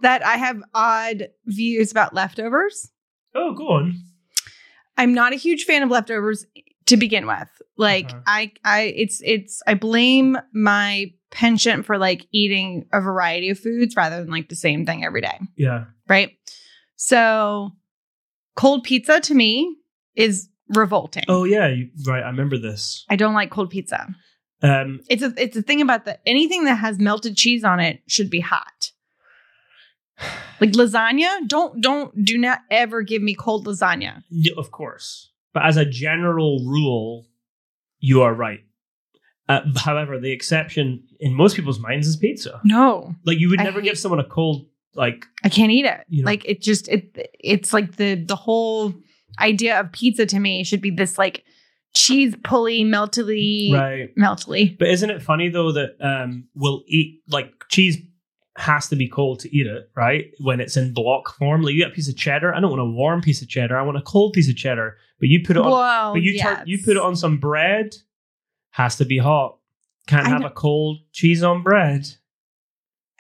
that I have odd views about leftovers. Oh, go on. I'm not a huge fan of leftovers to begin with. Like Uh-huh. I I it's it's I blame my penchant for like eating a variety of foods rather than like the same thing every day, Yeah. right? So cold pizza to me is revolting. Oh yeah. You, right. I remember this. I don't like cold pizza. Um, It's a it's a thing about the anything that has melted cheese on it should be hot. Like lasagna, don't don't do not ever give me cold lasagna. Y- of course. But as a general rule, you are right. Uh, however, the exception in most people's minds is pizza. No. Like you would I never hate- give someone a cold like I can't eat it. You know? Like it just it it's like the the whole idea of pizza to me should be this like cheese pulley meltily right. meltily. But isn't it funny though that um we'll eat like cheese has to be cold to eat it, right? When it's in block form. Like you get a piece of cheddar. I don't want a warm piece of cheddar. I want a cold piece of cheddar. But you put it on Whoa, but you yes. turn, you put it on some bread, has to be hot. Can't I have know. a cold cheese on bread. Do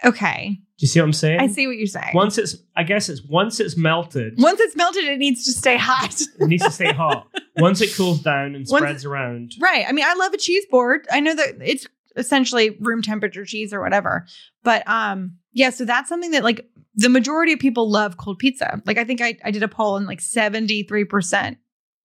Okay, you see what I'm saying? I see what you're saying. Once it's, I guess it's once it's melted, Once it's melted, it needs to stay hot. it needs to stay hot. Once it cools down and Once spreads around, right. I mean, I love a cheese board. I know that it's essentially room temperature cheese or whatever. But um, yeah. So that's something that like the majority of people love cold pizza. Like I think I I did a poll and like seventy three percent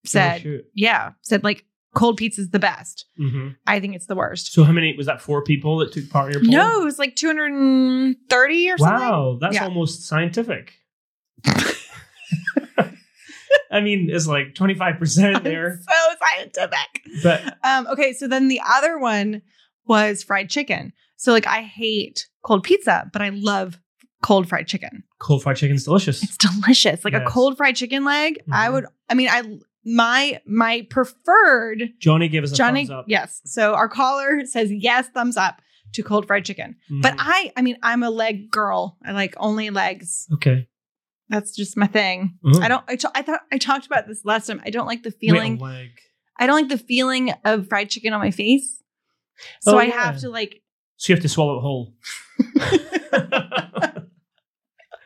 Oh, said yeah, said like cold pizza's the best. hmm I think it's the worst. So how many was that? Four people that took part in your poll? No, it was like 230 or something. Wow, that's Yeah. almost scientific. I mean, it's like twenty five percent there, So scientific. but Um, okay, so then the other one was fried chicken. So like I hate cold pizza, but I love cold fried chicken. cold fried chicken's delicious. It's delicious. Like Yes. a cold fried chicken leg, I Mhm. would I mean I my my preferred Johnny gave us a Johnny thumbs up. yes. So our caller says yes thumbs up to cold fried chicken. But Mhm. I I mean I'm a leg girl. I like only legs. okay, That's just my thing. Mhm. I don't. I, ta- I thought I talked about this last time. I don't like the Wait, a feeling. leg. I don't like the feeling of fried chicken on my face. So Oh, I yeah. have to like. So you have to swallow it whole.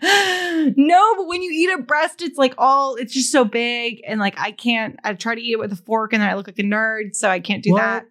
no, but when you eat a breast, it's like all. It's just so big, and like I can't. I try to eat it with a fork, and then I look like a nerd, so I can't do that.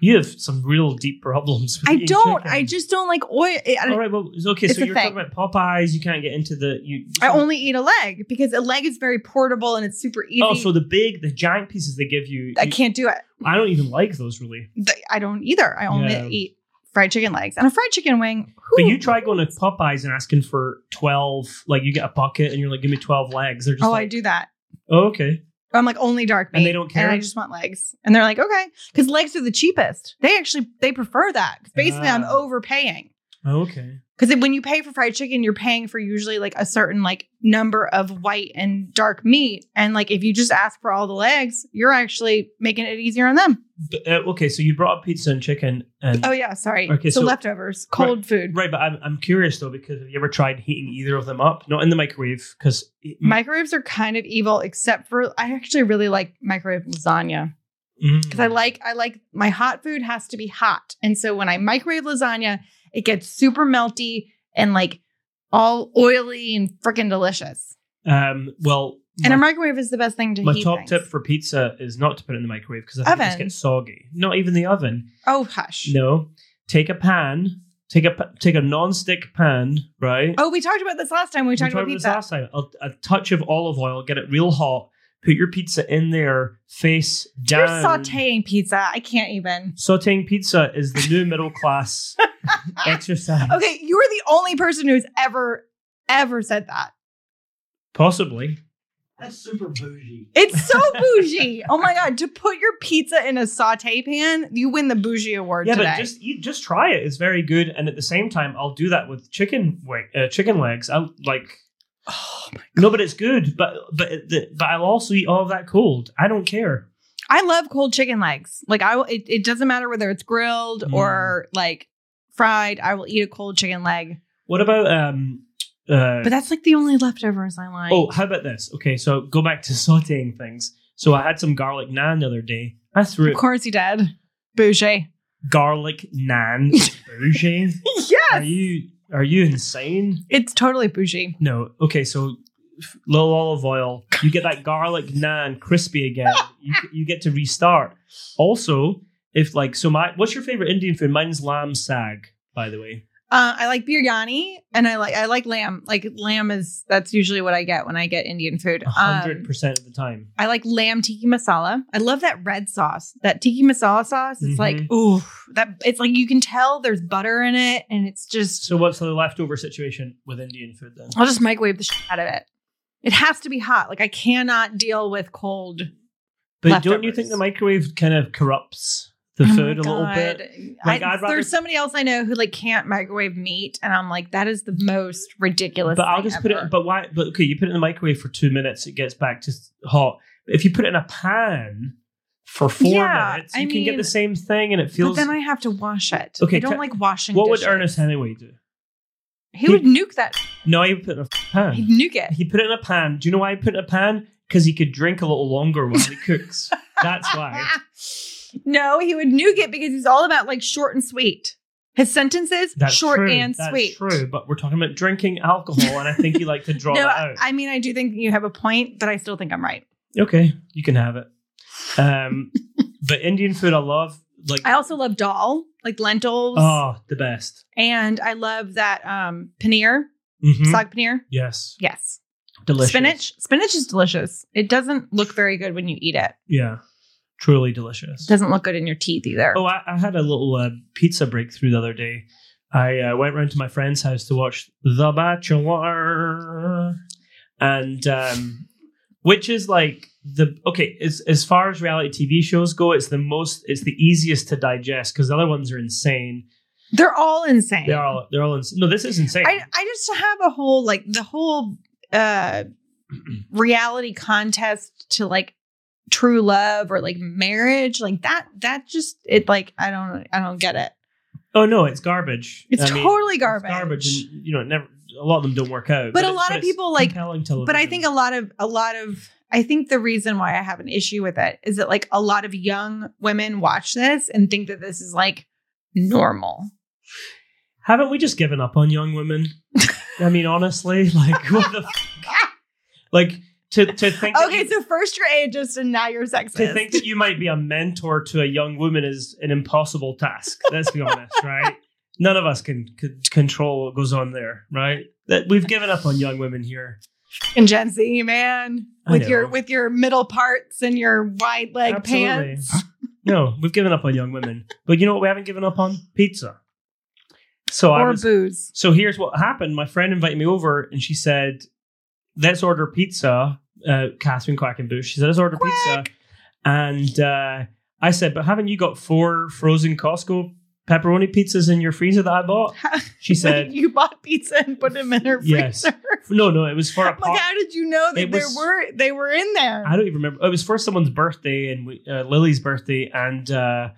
You have some real deep problems. With I eating don't. chicken. I just don't like oil. I, I All right. Well, it's okay. It's so a you're thing. talking about Popeyes. You can't get into the. You, I only eat a leg because a leg is very portable and it's super easy. Oh, so the big, the giant pieces they give you. I you- can't do it. I don't even like those really. Th- I don't either. I only Yeah. eat fried chicken legs and a fried chicken wing. But whew, you try going to Popeyes and asking for twelve. Like you get a bucket and you're like, "Give me twelve legs." They're just. oh, like, I do that. Oh, okay. I'm like only dark meat, And they don't care? And I just want legs, and they're like, okay, because legs are the cheapest. They actually they prefer that. 'Cause basically, I'm Ah. overpaying Oh, okay. because when you pay for fried chicken, you're paying for usually like a certain like number of white and dark meat, and like if you just ask for all the legs, you're actually making it easier on them. But, uh, okay. So you brought up pizza and chicken and. Oh yeah, sorry. Okay, so, so- leftovers, cold food, Right, but I'm, I'm curious though because have you ever tried heating either of them up? Not in the microwave because microwaves are kind of evil, except for I actually really like microwave lasagna. mm. because I like I like my hot food has to be hot, and so when I microwave lasagna, it gets super melty and like all oily and freaking delicious. Um, well, And my, a microwave is the best thing to my heat. top things. tip for pizza is not to put it in the microwave because I think it just Oven. gets soggy. Not even the oven. Oh hush! No, take a pan, take a pa- take a non-stick pan, right? Oh, we talked about this last time. when We talked about this pizza. last time. A, a touch of olive oil, get it real hot. Put your pizza in there, face down. You're sautéing pizza. I can't even. Sautéing pizza is the new middle class exercise. Okay, you are the only person who's ever ever said that. Possibly. That's super bougie. It's so bougie. Oh my god, to put your pizza in a saute pan, you win the bougie award yeah, today. but just you just try it. It's very good, and at the same time, I'll do that with chicken wing, uh, chicken legs. I like. Oh No, but it's good. But but the, but I'll also eat all of that cold. I don't care. I love cold chicken legs. Like I, will, it, it doesn't matter whether it's grilled Mm. or like fried. I will eat a cold chicken leg. What about um? Uh, But that's like the only leftovers I like. oh, how about this? Okay, so go back to sautéing things. So I had some garlic naan the other day. I threw of it. course he did. Bougie. garlic naan. bougie. Are yes, you are you insane? it's totally bougie. No. Okay, so f- little olive oil. You get that garlic naan crispy again. you, you get to restart. Also, if like so, my what's your favorite Indian food? Mine's lamb sag. By the way, Uh, I like biryani and I like I like lamb. Like lamb is that's usually what I get when I get Indian food. hundred Um, percent of the time. I like lamb tiki masala. I love that red sauce. That tiki masala sauce. It's like Mm-hmm. ooh, that it's like you can tell there's butter in it, and it's just So what's the leftover situation with Indian food then? I'll just microwave the shit out of it. It has to be hot. Like I cannot deal with cold. But don't you think Leftovers. the microwave kind of corrupts the Oh food my a little God. bit? Like, I, I'd rather- there's somebody else I know who like can't microwave meat, and I'm like, that is the most ridiculous. But I'll thing just put ever. it. But why? But okay, you put it in the microwave for two minutes, it gets back to s- hot. But if you put it in a pan for four Yeah, minutes, I you can get mean- the same thing, and it But feels. then I have to wash it. Okay, I don't te- like washing. What dishes. would Ernest Hemingway do? He would nuke that. No, he would put it in a pan. He'd nuke it. He put it in a pan. Do you know why he put it in a pan? Because he could drink a little longer while he cooks. That's why. Ah. no, he would nuke it because he's all about like short and sweet. His sentences That's short true. and That's sweet. True, but we're talking about drinking alcohol, and I think you like to draw No, that I, out. I mean I do think you have a point, but I still think I'm right. okay, you can have it. Um, but Indian food, I love. Like, I also love dal, like lentils, oh, the best. and I love that um paneer, Mhm. sag paneer. Yes, Yes, delicious. spinach. Spinach is delicious. It doesn't look very good when you eat it. Yeah, truly delicious. It doesn't look good in your teeth either. Oh, I, I had a little uh, pizza breakthrough the other day. I uh, went round to my friend's house to watch The Bachelor, and um, which is like the okay as as far as reality TV shows go, it's the most, it's the easiest to digest because the other ones are insane. They're all insane. They're all they're all insane. No, this is insane. I, I just have a whole like the whole uh reality contest to like true love or like marriage like that that just it like I don't I don't get it. oh no, it's garbage. It's I mean, totally it's garbage. garbage, and you know, it never a lot of them don't work out. But a it- lot of it's people, like- compelling But I television. think a lot of a lot of I think the reason why I have an issue with it is that like a lot of young women watch this and think that this is like normal. Haven't we just given up on young women? I mean, honestly, like what the fuck? like to to think that Okay, you- so first you're ageist and now you're sexist. to think that you might be a mentor to a young woman is an impossible task. Let's be honest, right? None of us can, can control what goes on there, right? That we've given up on young women here. and Gen Z, man, I with know. your with your middle parts and your wide leg Absolutely. pants. No, we've given up on young women. But you know what we haven't given up on? Pizza. So I or was booze. So here's what happened. My friend invited me over and she said, let's order pizza. Uh, Catherine Quackenbush. She said, let's order pizza. And uh, I said, but haven't you got four frozen Costco pepperoni pizzas in your freezer that I bought? She said, you bought pizza and put them in her Yes. freezer. no, no, it was for a like, pot. how did you know that It there was- were they were in there? I don't even remember. It was for someone's birthday and we, uh, Lily's birthday and uh,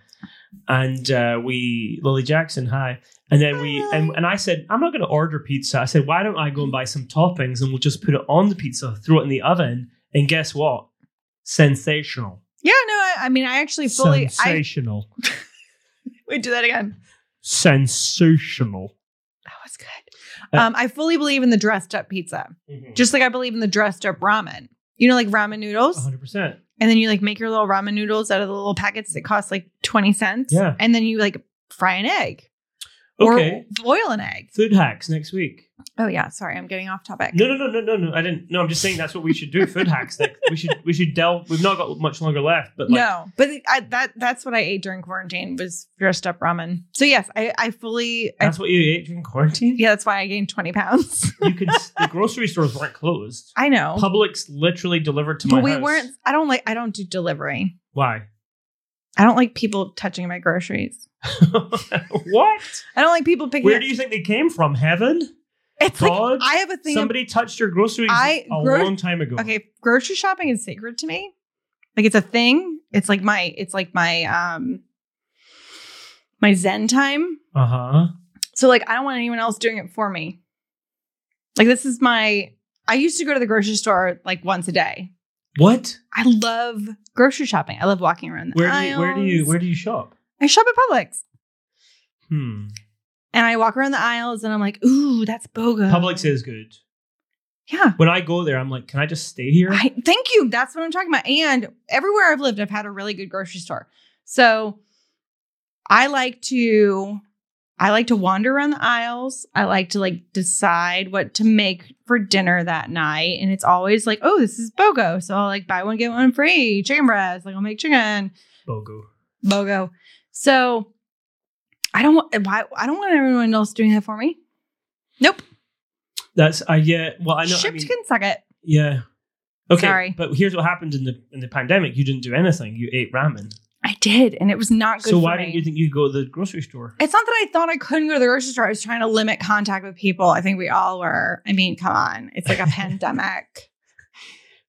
and uh, we Lily Jackson. Hi. And then we and, and I said I'm not going to order pizza. I said why don't I go and buy some toppings and we'll just put it on the pizza, throw it in the oven, and guess what? Sensational. yeah, no, I, I mean, I actually fully. I Sensational. wait, do that again. Sensational. That was good. Uh, um, I fully believe in the dressed up pizza, just like I believe in the dressed up ramen. You know, like ramen noodles. 100. percent and then you like make your little ramen noodles out of the little packets that cost like 20 cents Yeah. and then you like fry an egg Okay. or boil an egg. Food hacks next week. Oh yeah, sorry, I'm getting off topic. No, no, no, no, no, no. I didn't. No, I'm just saying that's what we should do. Food hacks. Next. We should. We should delve. We've not got much longer left, but like, no, but I, that that's what I ate during quarantine was dressed up ramen. So yes, I I fully I, that's what you ate during quarantine. yeah, that's why I gained twenty pounds. You could. s- the grocery stores weren't closed. I know, Publix literally delivered to my but we house. weren't. I don't like. I don't do delivery. Why? I don't like people touching my groceries. what? I don't like people picking. Where up- do you think they came from? Heaven? it's God? like I have a thing. of- Somebody touched your groceries I- a gro- long time ago. okay, grocery shopping is sacred to me. Like it's a thing. It's like my. It's like my um my Zen time. Uh huh. So like I don't want anyone else doing it for me. Like this is my I used to go to the grocery store like once a day. What? I love grocery shopping. I love walking around the Where do you, where do you aisles. where do you shop? I shop at Publix Hmm. and I walk around the aisles and I'm like, "Ooh, that's bogo." Publix is good. Yeah. When I go there, I'm like, can I just stay here? I, thank you. That's what I'm talking about. And everywhere I've lived, I've had a really good grocery store. So I like to I like to wander around the aisles. I like to like decide what to make for dinner that night. And it's always like, oh, this is BOGO. So I'll like buy one, get one free, chicken breast. Like I'll make chicken. Bogo. BOGO. So I don't want why I don't want everyone else doing that for me. That's I yeah. Well, I know. I Shipped mean, can suck it. yeah. Okay. Sorry. But here's what happened in the in the pandemic. You didn't do anything. You ate ramen. I did, and it was not good. So for why me. didn't you think you go to the grocery store? It's not that I thought I couldn't go to the grocery store. I was trying to limit contact with people. I think we all were. I mean, come on. It's like a pandemic.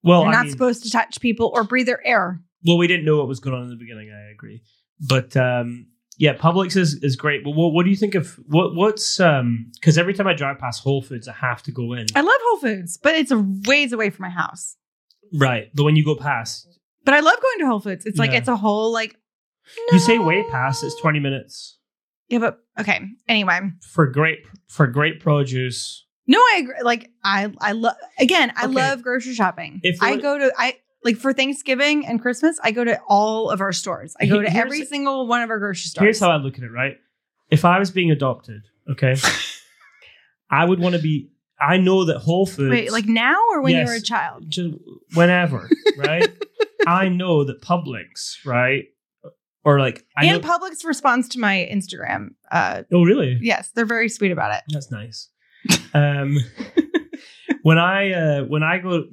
Well, You're I not mean, supposed to touch people or breathe their air. well, we didn't know what was going on in the beginning. I agree, but um, yeah, Publix is, is great. But what, what do you think of what what's um? Because every time I drive past Whole Foods, I have to go in. I love Whole Foods, but it's a ways away from my house. right, but when you go past, But I love going to Whole Foods. It's like Yeah. it's a whole like you say way no. past. It's twenty minutes Yeah, but okay. Anyway. for great for great produce. No, I agree. Like I I love again, I Okay. love grocery shopping. If I we're- go to I like for Thanksgiving and Christmas, I go to all of our stores. I go to Here's- every single one of our grocery stores. Here's how I look at it. Right, if I was being adopted, okay, I would want to be. I know that Whole Foods. Wait, like now or when you were a Yes. child? just whenever, right? I know that Publix, right? Or like I and know, Publix responds to my Instagram. Uh, Oh really? yes, they're very sweet about it. That's nice. Um when I uh when I go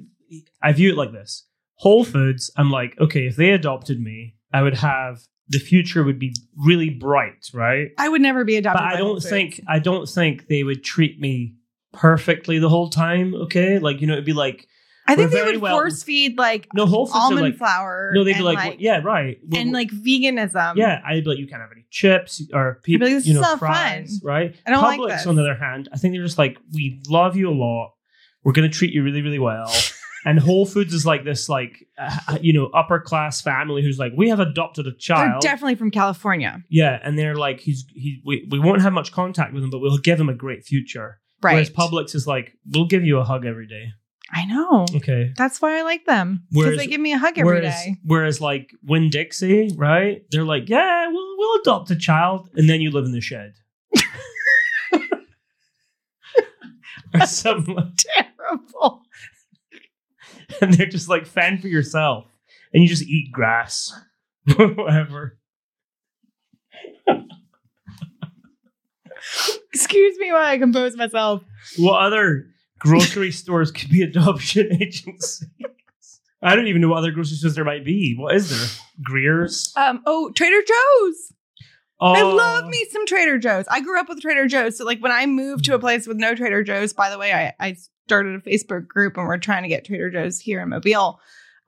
I view it like this. Whole Foods, I'm like, okay, if they adopted me, I would have the future would be really bright, right? I would never be adopted. But I by Whole don't Foods. think I don't think they would treat me perfectly the whole time, okay? Like, you know, it'd be like I think we're they very would well- force feed like no Whole Foods are almond like flour. no, they'd be and, like, yeah, right. Well, and like veganism. yeah, I'd be like, you can't have any chips or Um, be like, people, this you is know, not fries, right? I don't like Publix, this. on the other hand, I think they're just like, we love you a lot. We're going to treat you really, really well. and Whole Foods is like this, like, uh, you know, upper class family who's like, we have adopted a they're child. definitely from California, yeah, and they're like, he's he. We, we won't have much contact with him, but we'll give him a great future. right? Whereas Publix is like, we'll give you a hug every day. I know. Okay. That's why I like them because Whereas- they give me a hug every day. Whereas, whereas like Win Dixie, right? They're like, yeah, we'll we'll adopt a child, and then you live in the shed, or something. like- Terrible. And they're just like, fan for yourself, and you just eat grass, whatever. Excuse me while I compose myself. What other grocery stores could be adoption agencies? I don't even know what other grocery stores there might be. What is there? Greer's. Um. Oh, Trader Joe's. Oh, I love me some Trader Joe's. I grew up with Trader Joe's. So, like, when I moved to a place with no Trader Joe's, by the way, I, I started a Facebook group and we're trying to get Trader Joe's here in Mobile.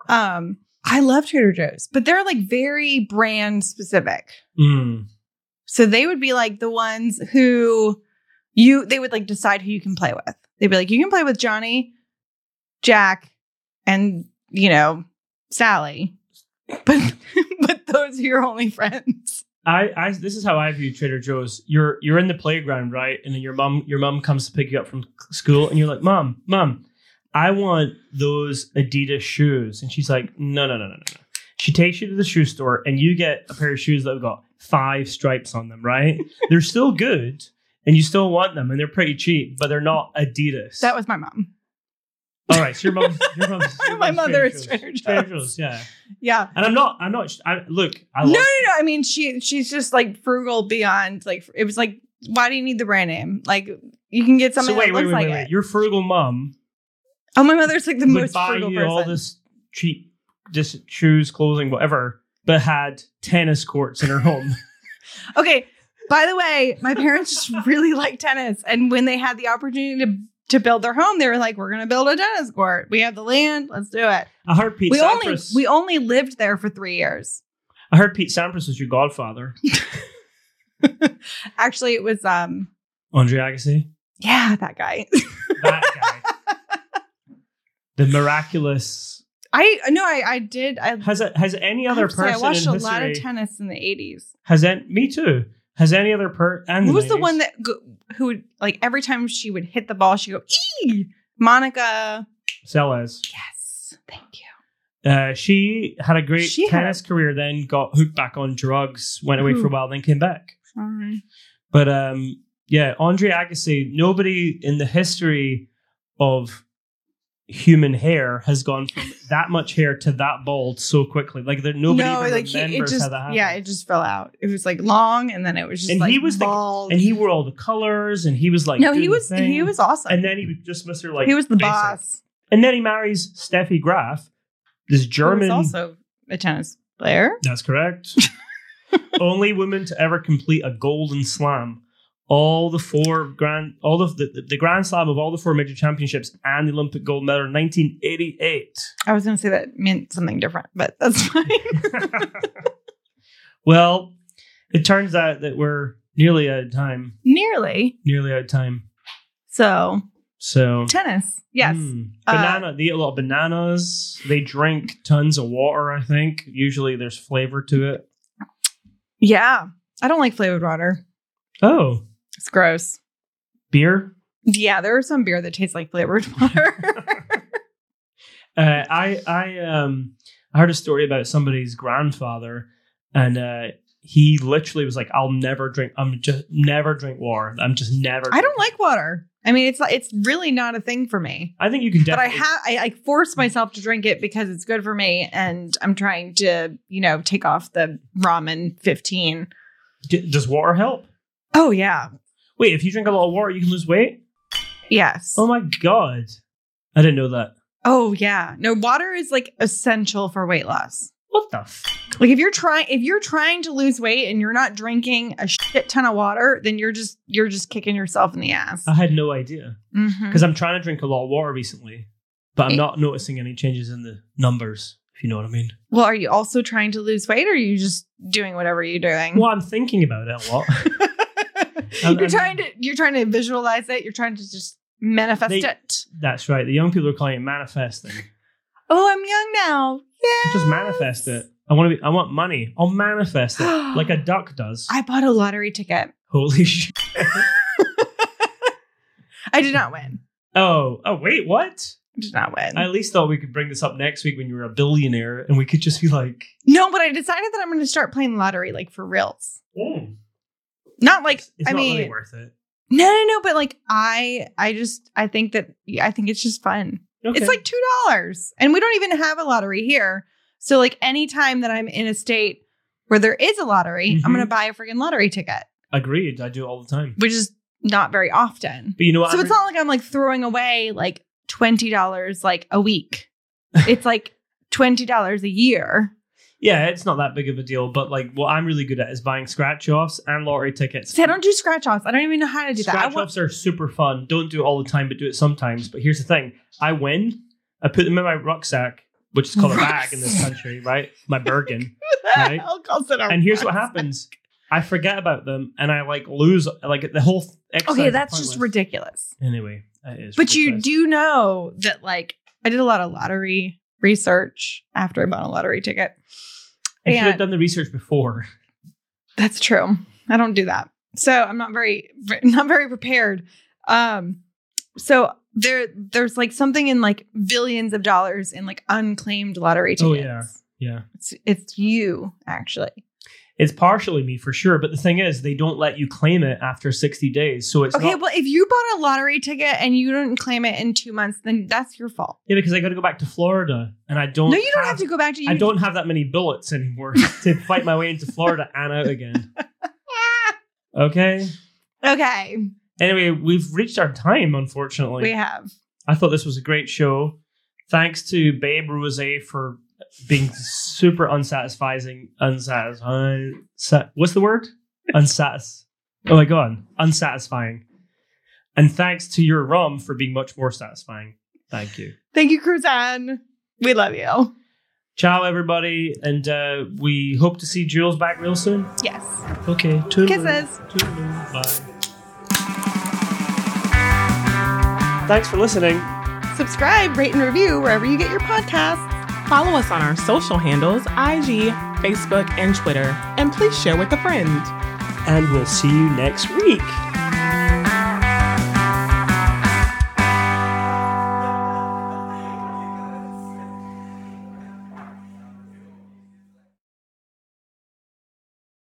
Um, I love Trader Joe's, but they're like very brand specific. Mm. So, they would be like the ones who you, they would like decide who you can play with. They'd be like, you can play with Johnny, Jack, and, you know, Sally. But, but those are your only friends. I, I this is how I view Trader Joe's. You're you're in the playground, right? And then your mom your mom comes to pick you up from school, and you're like, "Mom, mom, I want those Adidas shoes." And she's like, "No, no, no, no, no, no." She takes you to the shoe store, and you get a pair of shoes that have got five stripes on them. Right? They're still good, and you still want them, and they're pretty cheap, but they're not Adidas. That was my mom. all right. So your mom, your mom's, your my mom's mother is Trader Joe's. Trader Trader Joe's. Joe's, yeah. Yeah. And I'm not. I'm not. I, look, I no, love no, no. I mean, she she's just like frugal beyond. Like it was like, why do you need the brand name? Like you can get something so wait, that wait, looks wait, like wait, wait. it. Your frugal mom Oh, my mother's like the would most buy frugal you person. all this cheap, just shoes, clothing, whatever, but had tennis courts in her home. Okay. By the way, my parents just really like tennis, and when they had the opportunity to to build their home, they were like, "We're going to build a tennis court. We have the land. Let's do it." I heard Pete we only Sampras. we only lived there for three years. I heard Pete Sampras was your godfather. Actually, it was um, Andre Agassi, yeah, that guy. that guy, the miraculous. I no, I I did. I Has it, has any I other have to say, person I watched in a history lot of tennis in the eighties. has en- me too? Has any other per and Who was the 90s? one that go, who would like every time she would hit the ball, she would go ee Monica. Celes? Yes, thank you. Uh, she had a great She had- tennis career, then got hooked back on drugs, went away for a Ooh. while, then came back. Sorry. But um, yeah, Andre Agassi, nobody in the history of human hair has gone from that much hair to that bald so quickly. Like there, nobody no, even like he, it remembers just how that happened. yeah, it just fell out. It was like long, and then it was just And like he was the- bald. and he wore all the colors, and he was like, no, doing he the was thing. he was awesome. and then he would just miss her like he was the basic. boss. And then he marries Steffi Graf, this German. He was also a tennis player. That's correct. Only woman to ever complete a golden slam. All the four grand, all of the, the grand slam of all the four major championships and the Olympic gold medal in 1988. I was going to say that meant something different, but that's fine. well, it turns out that we're nearly out of time. Nearly. Nearly out of time. So So, tennis, yes. Mm. Uh, banana. they eat a lot of bananas. They drink tons of water. I think usually there's flavor to it. Yeah, I don't like flavored water. Oh, It's gross. beer. Yeah, there are some beer that tastes like flavored water. Uh, I I um I heard a story about somebody's grandfather, and uh, he literally was like, "I'll never drink. I'm just never drink water. I'm just never." I don't drinking." like water. I mean, it's it's really not a thing for me. I think you can But I definitely. have I, I force myself to drink it because it's good for me, and I'm trying to you know take off the ramen 15. D- does water help? Oh yeah, Wait, if you drink a lot of water, you can lose weight. yes. Oh my god, I didn't know that. Oh yeah, no water is like essential for weight loss. What the? F- Like if you're trying if you're trying to lose weight and you're not drinking a shit ton of water, then you're just you're just kicking yourself in the ass. I had no idea Mhm. because I'm trying to drink a lot of water recently, but I'm not noticing any changes in the numbers. If you know what I mean. Well, are you also trying to lose weight or are you just doing whatever you're doing? Well, Um, I'm thinking about it a lot. I'm- you're I'm- trying to you're trying to visualize it, you're trying to just manifest They- it. That's right. The young people are calling it manifesting. Oh, I'm young now. Yeah. Just manifest it. I want to be. I want money. I'll manifest it like a duck does. I bought a lottery ticket. Holy shit! I did not win. Oh, oh, wait, what? I did not win. I at least thought we could bring this up next week when you were a billionaire, and we could just be like, no, but I decided that I'm going to start playing lottery like for reals. oh, Not like it's, it's I not mean really worth it. No, no, no. But like, I, I just, I think that, I think it's just fun. Okay. It's like two dollars, and we don't even have a lottery here. So like, any time that I'm in a state where there is a lottery, I'm Mhm. gonna buy a freaking lottery ticket, agreed. I do it all the time. which is not very often. But you know what? So I'm it's not like I'm like throwing away like twenty dollars like a week. it's like twenty dollars a year. yeah, it's not that big of a deal. But like, what I'm really good at is buying scratch offs and lottery tickets. See, I don't do scratch offs. I don't even know how to do that. I Scratch want, offs are super fun. Don't do it all the time, but do it sometimes. But here's the thing: I win. I put them in my rucksack, which is called a bag in this country, right? My Bergen. right? I'll call it a And here's what rucksack. happens: I forget about them, and I like lose like the whole th- exercise. Okay, is that's just pointless. ridiculous. anyway. It is But you ridiculous. do know that, like, I did a lot of lottery research after I bought a lottery ticket. I should have And done the research before. that's true. I don't do that, so I'm not very, not very prepared. Um, so there, there's like something in like billions of dollars in like unclaimed lottery tickets. Oh, yeah. Yeah, it's, it's you actually. It's partially me for sure, but the thing is, they don't let you claim it after 60 days. So it's okay, not. well, if you bought a lottery ticket and you didn't claim it in two months, then that's your fault. Yeah, because I got to go back to Florida, and I don't. No, you don't have to go back to you. I don't have that many bullets anymore to fight my way into Florida and out again. Okay. Okay, Anyway, we've reached our time, unfortunately. we have. I thought this was a great show. Thanks to Babe Rosé for being super unsatisfying. Unsatisfying. What's the word? Unsatis. Oh my god, unsatisfying. And thanks to your rum for being much more satisfying. Thank you. Thank you, Cruzan. We love you. Ciao, everybody, and uh, we hope to see Jules back real soon. Yes. Okay, toodaloo. Kisses. Toodaloo. Bye. Thanks for listening. Subscribe, rate, and review wherever you get your podcasts. Follow us on our social handles IG, Facebook, and Twitter. And please share with a friend. and we'll see you next week.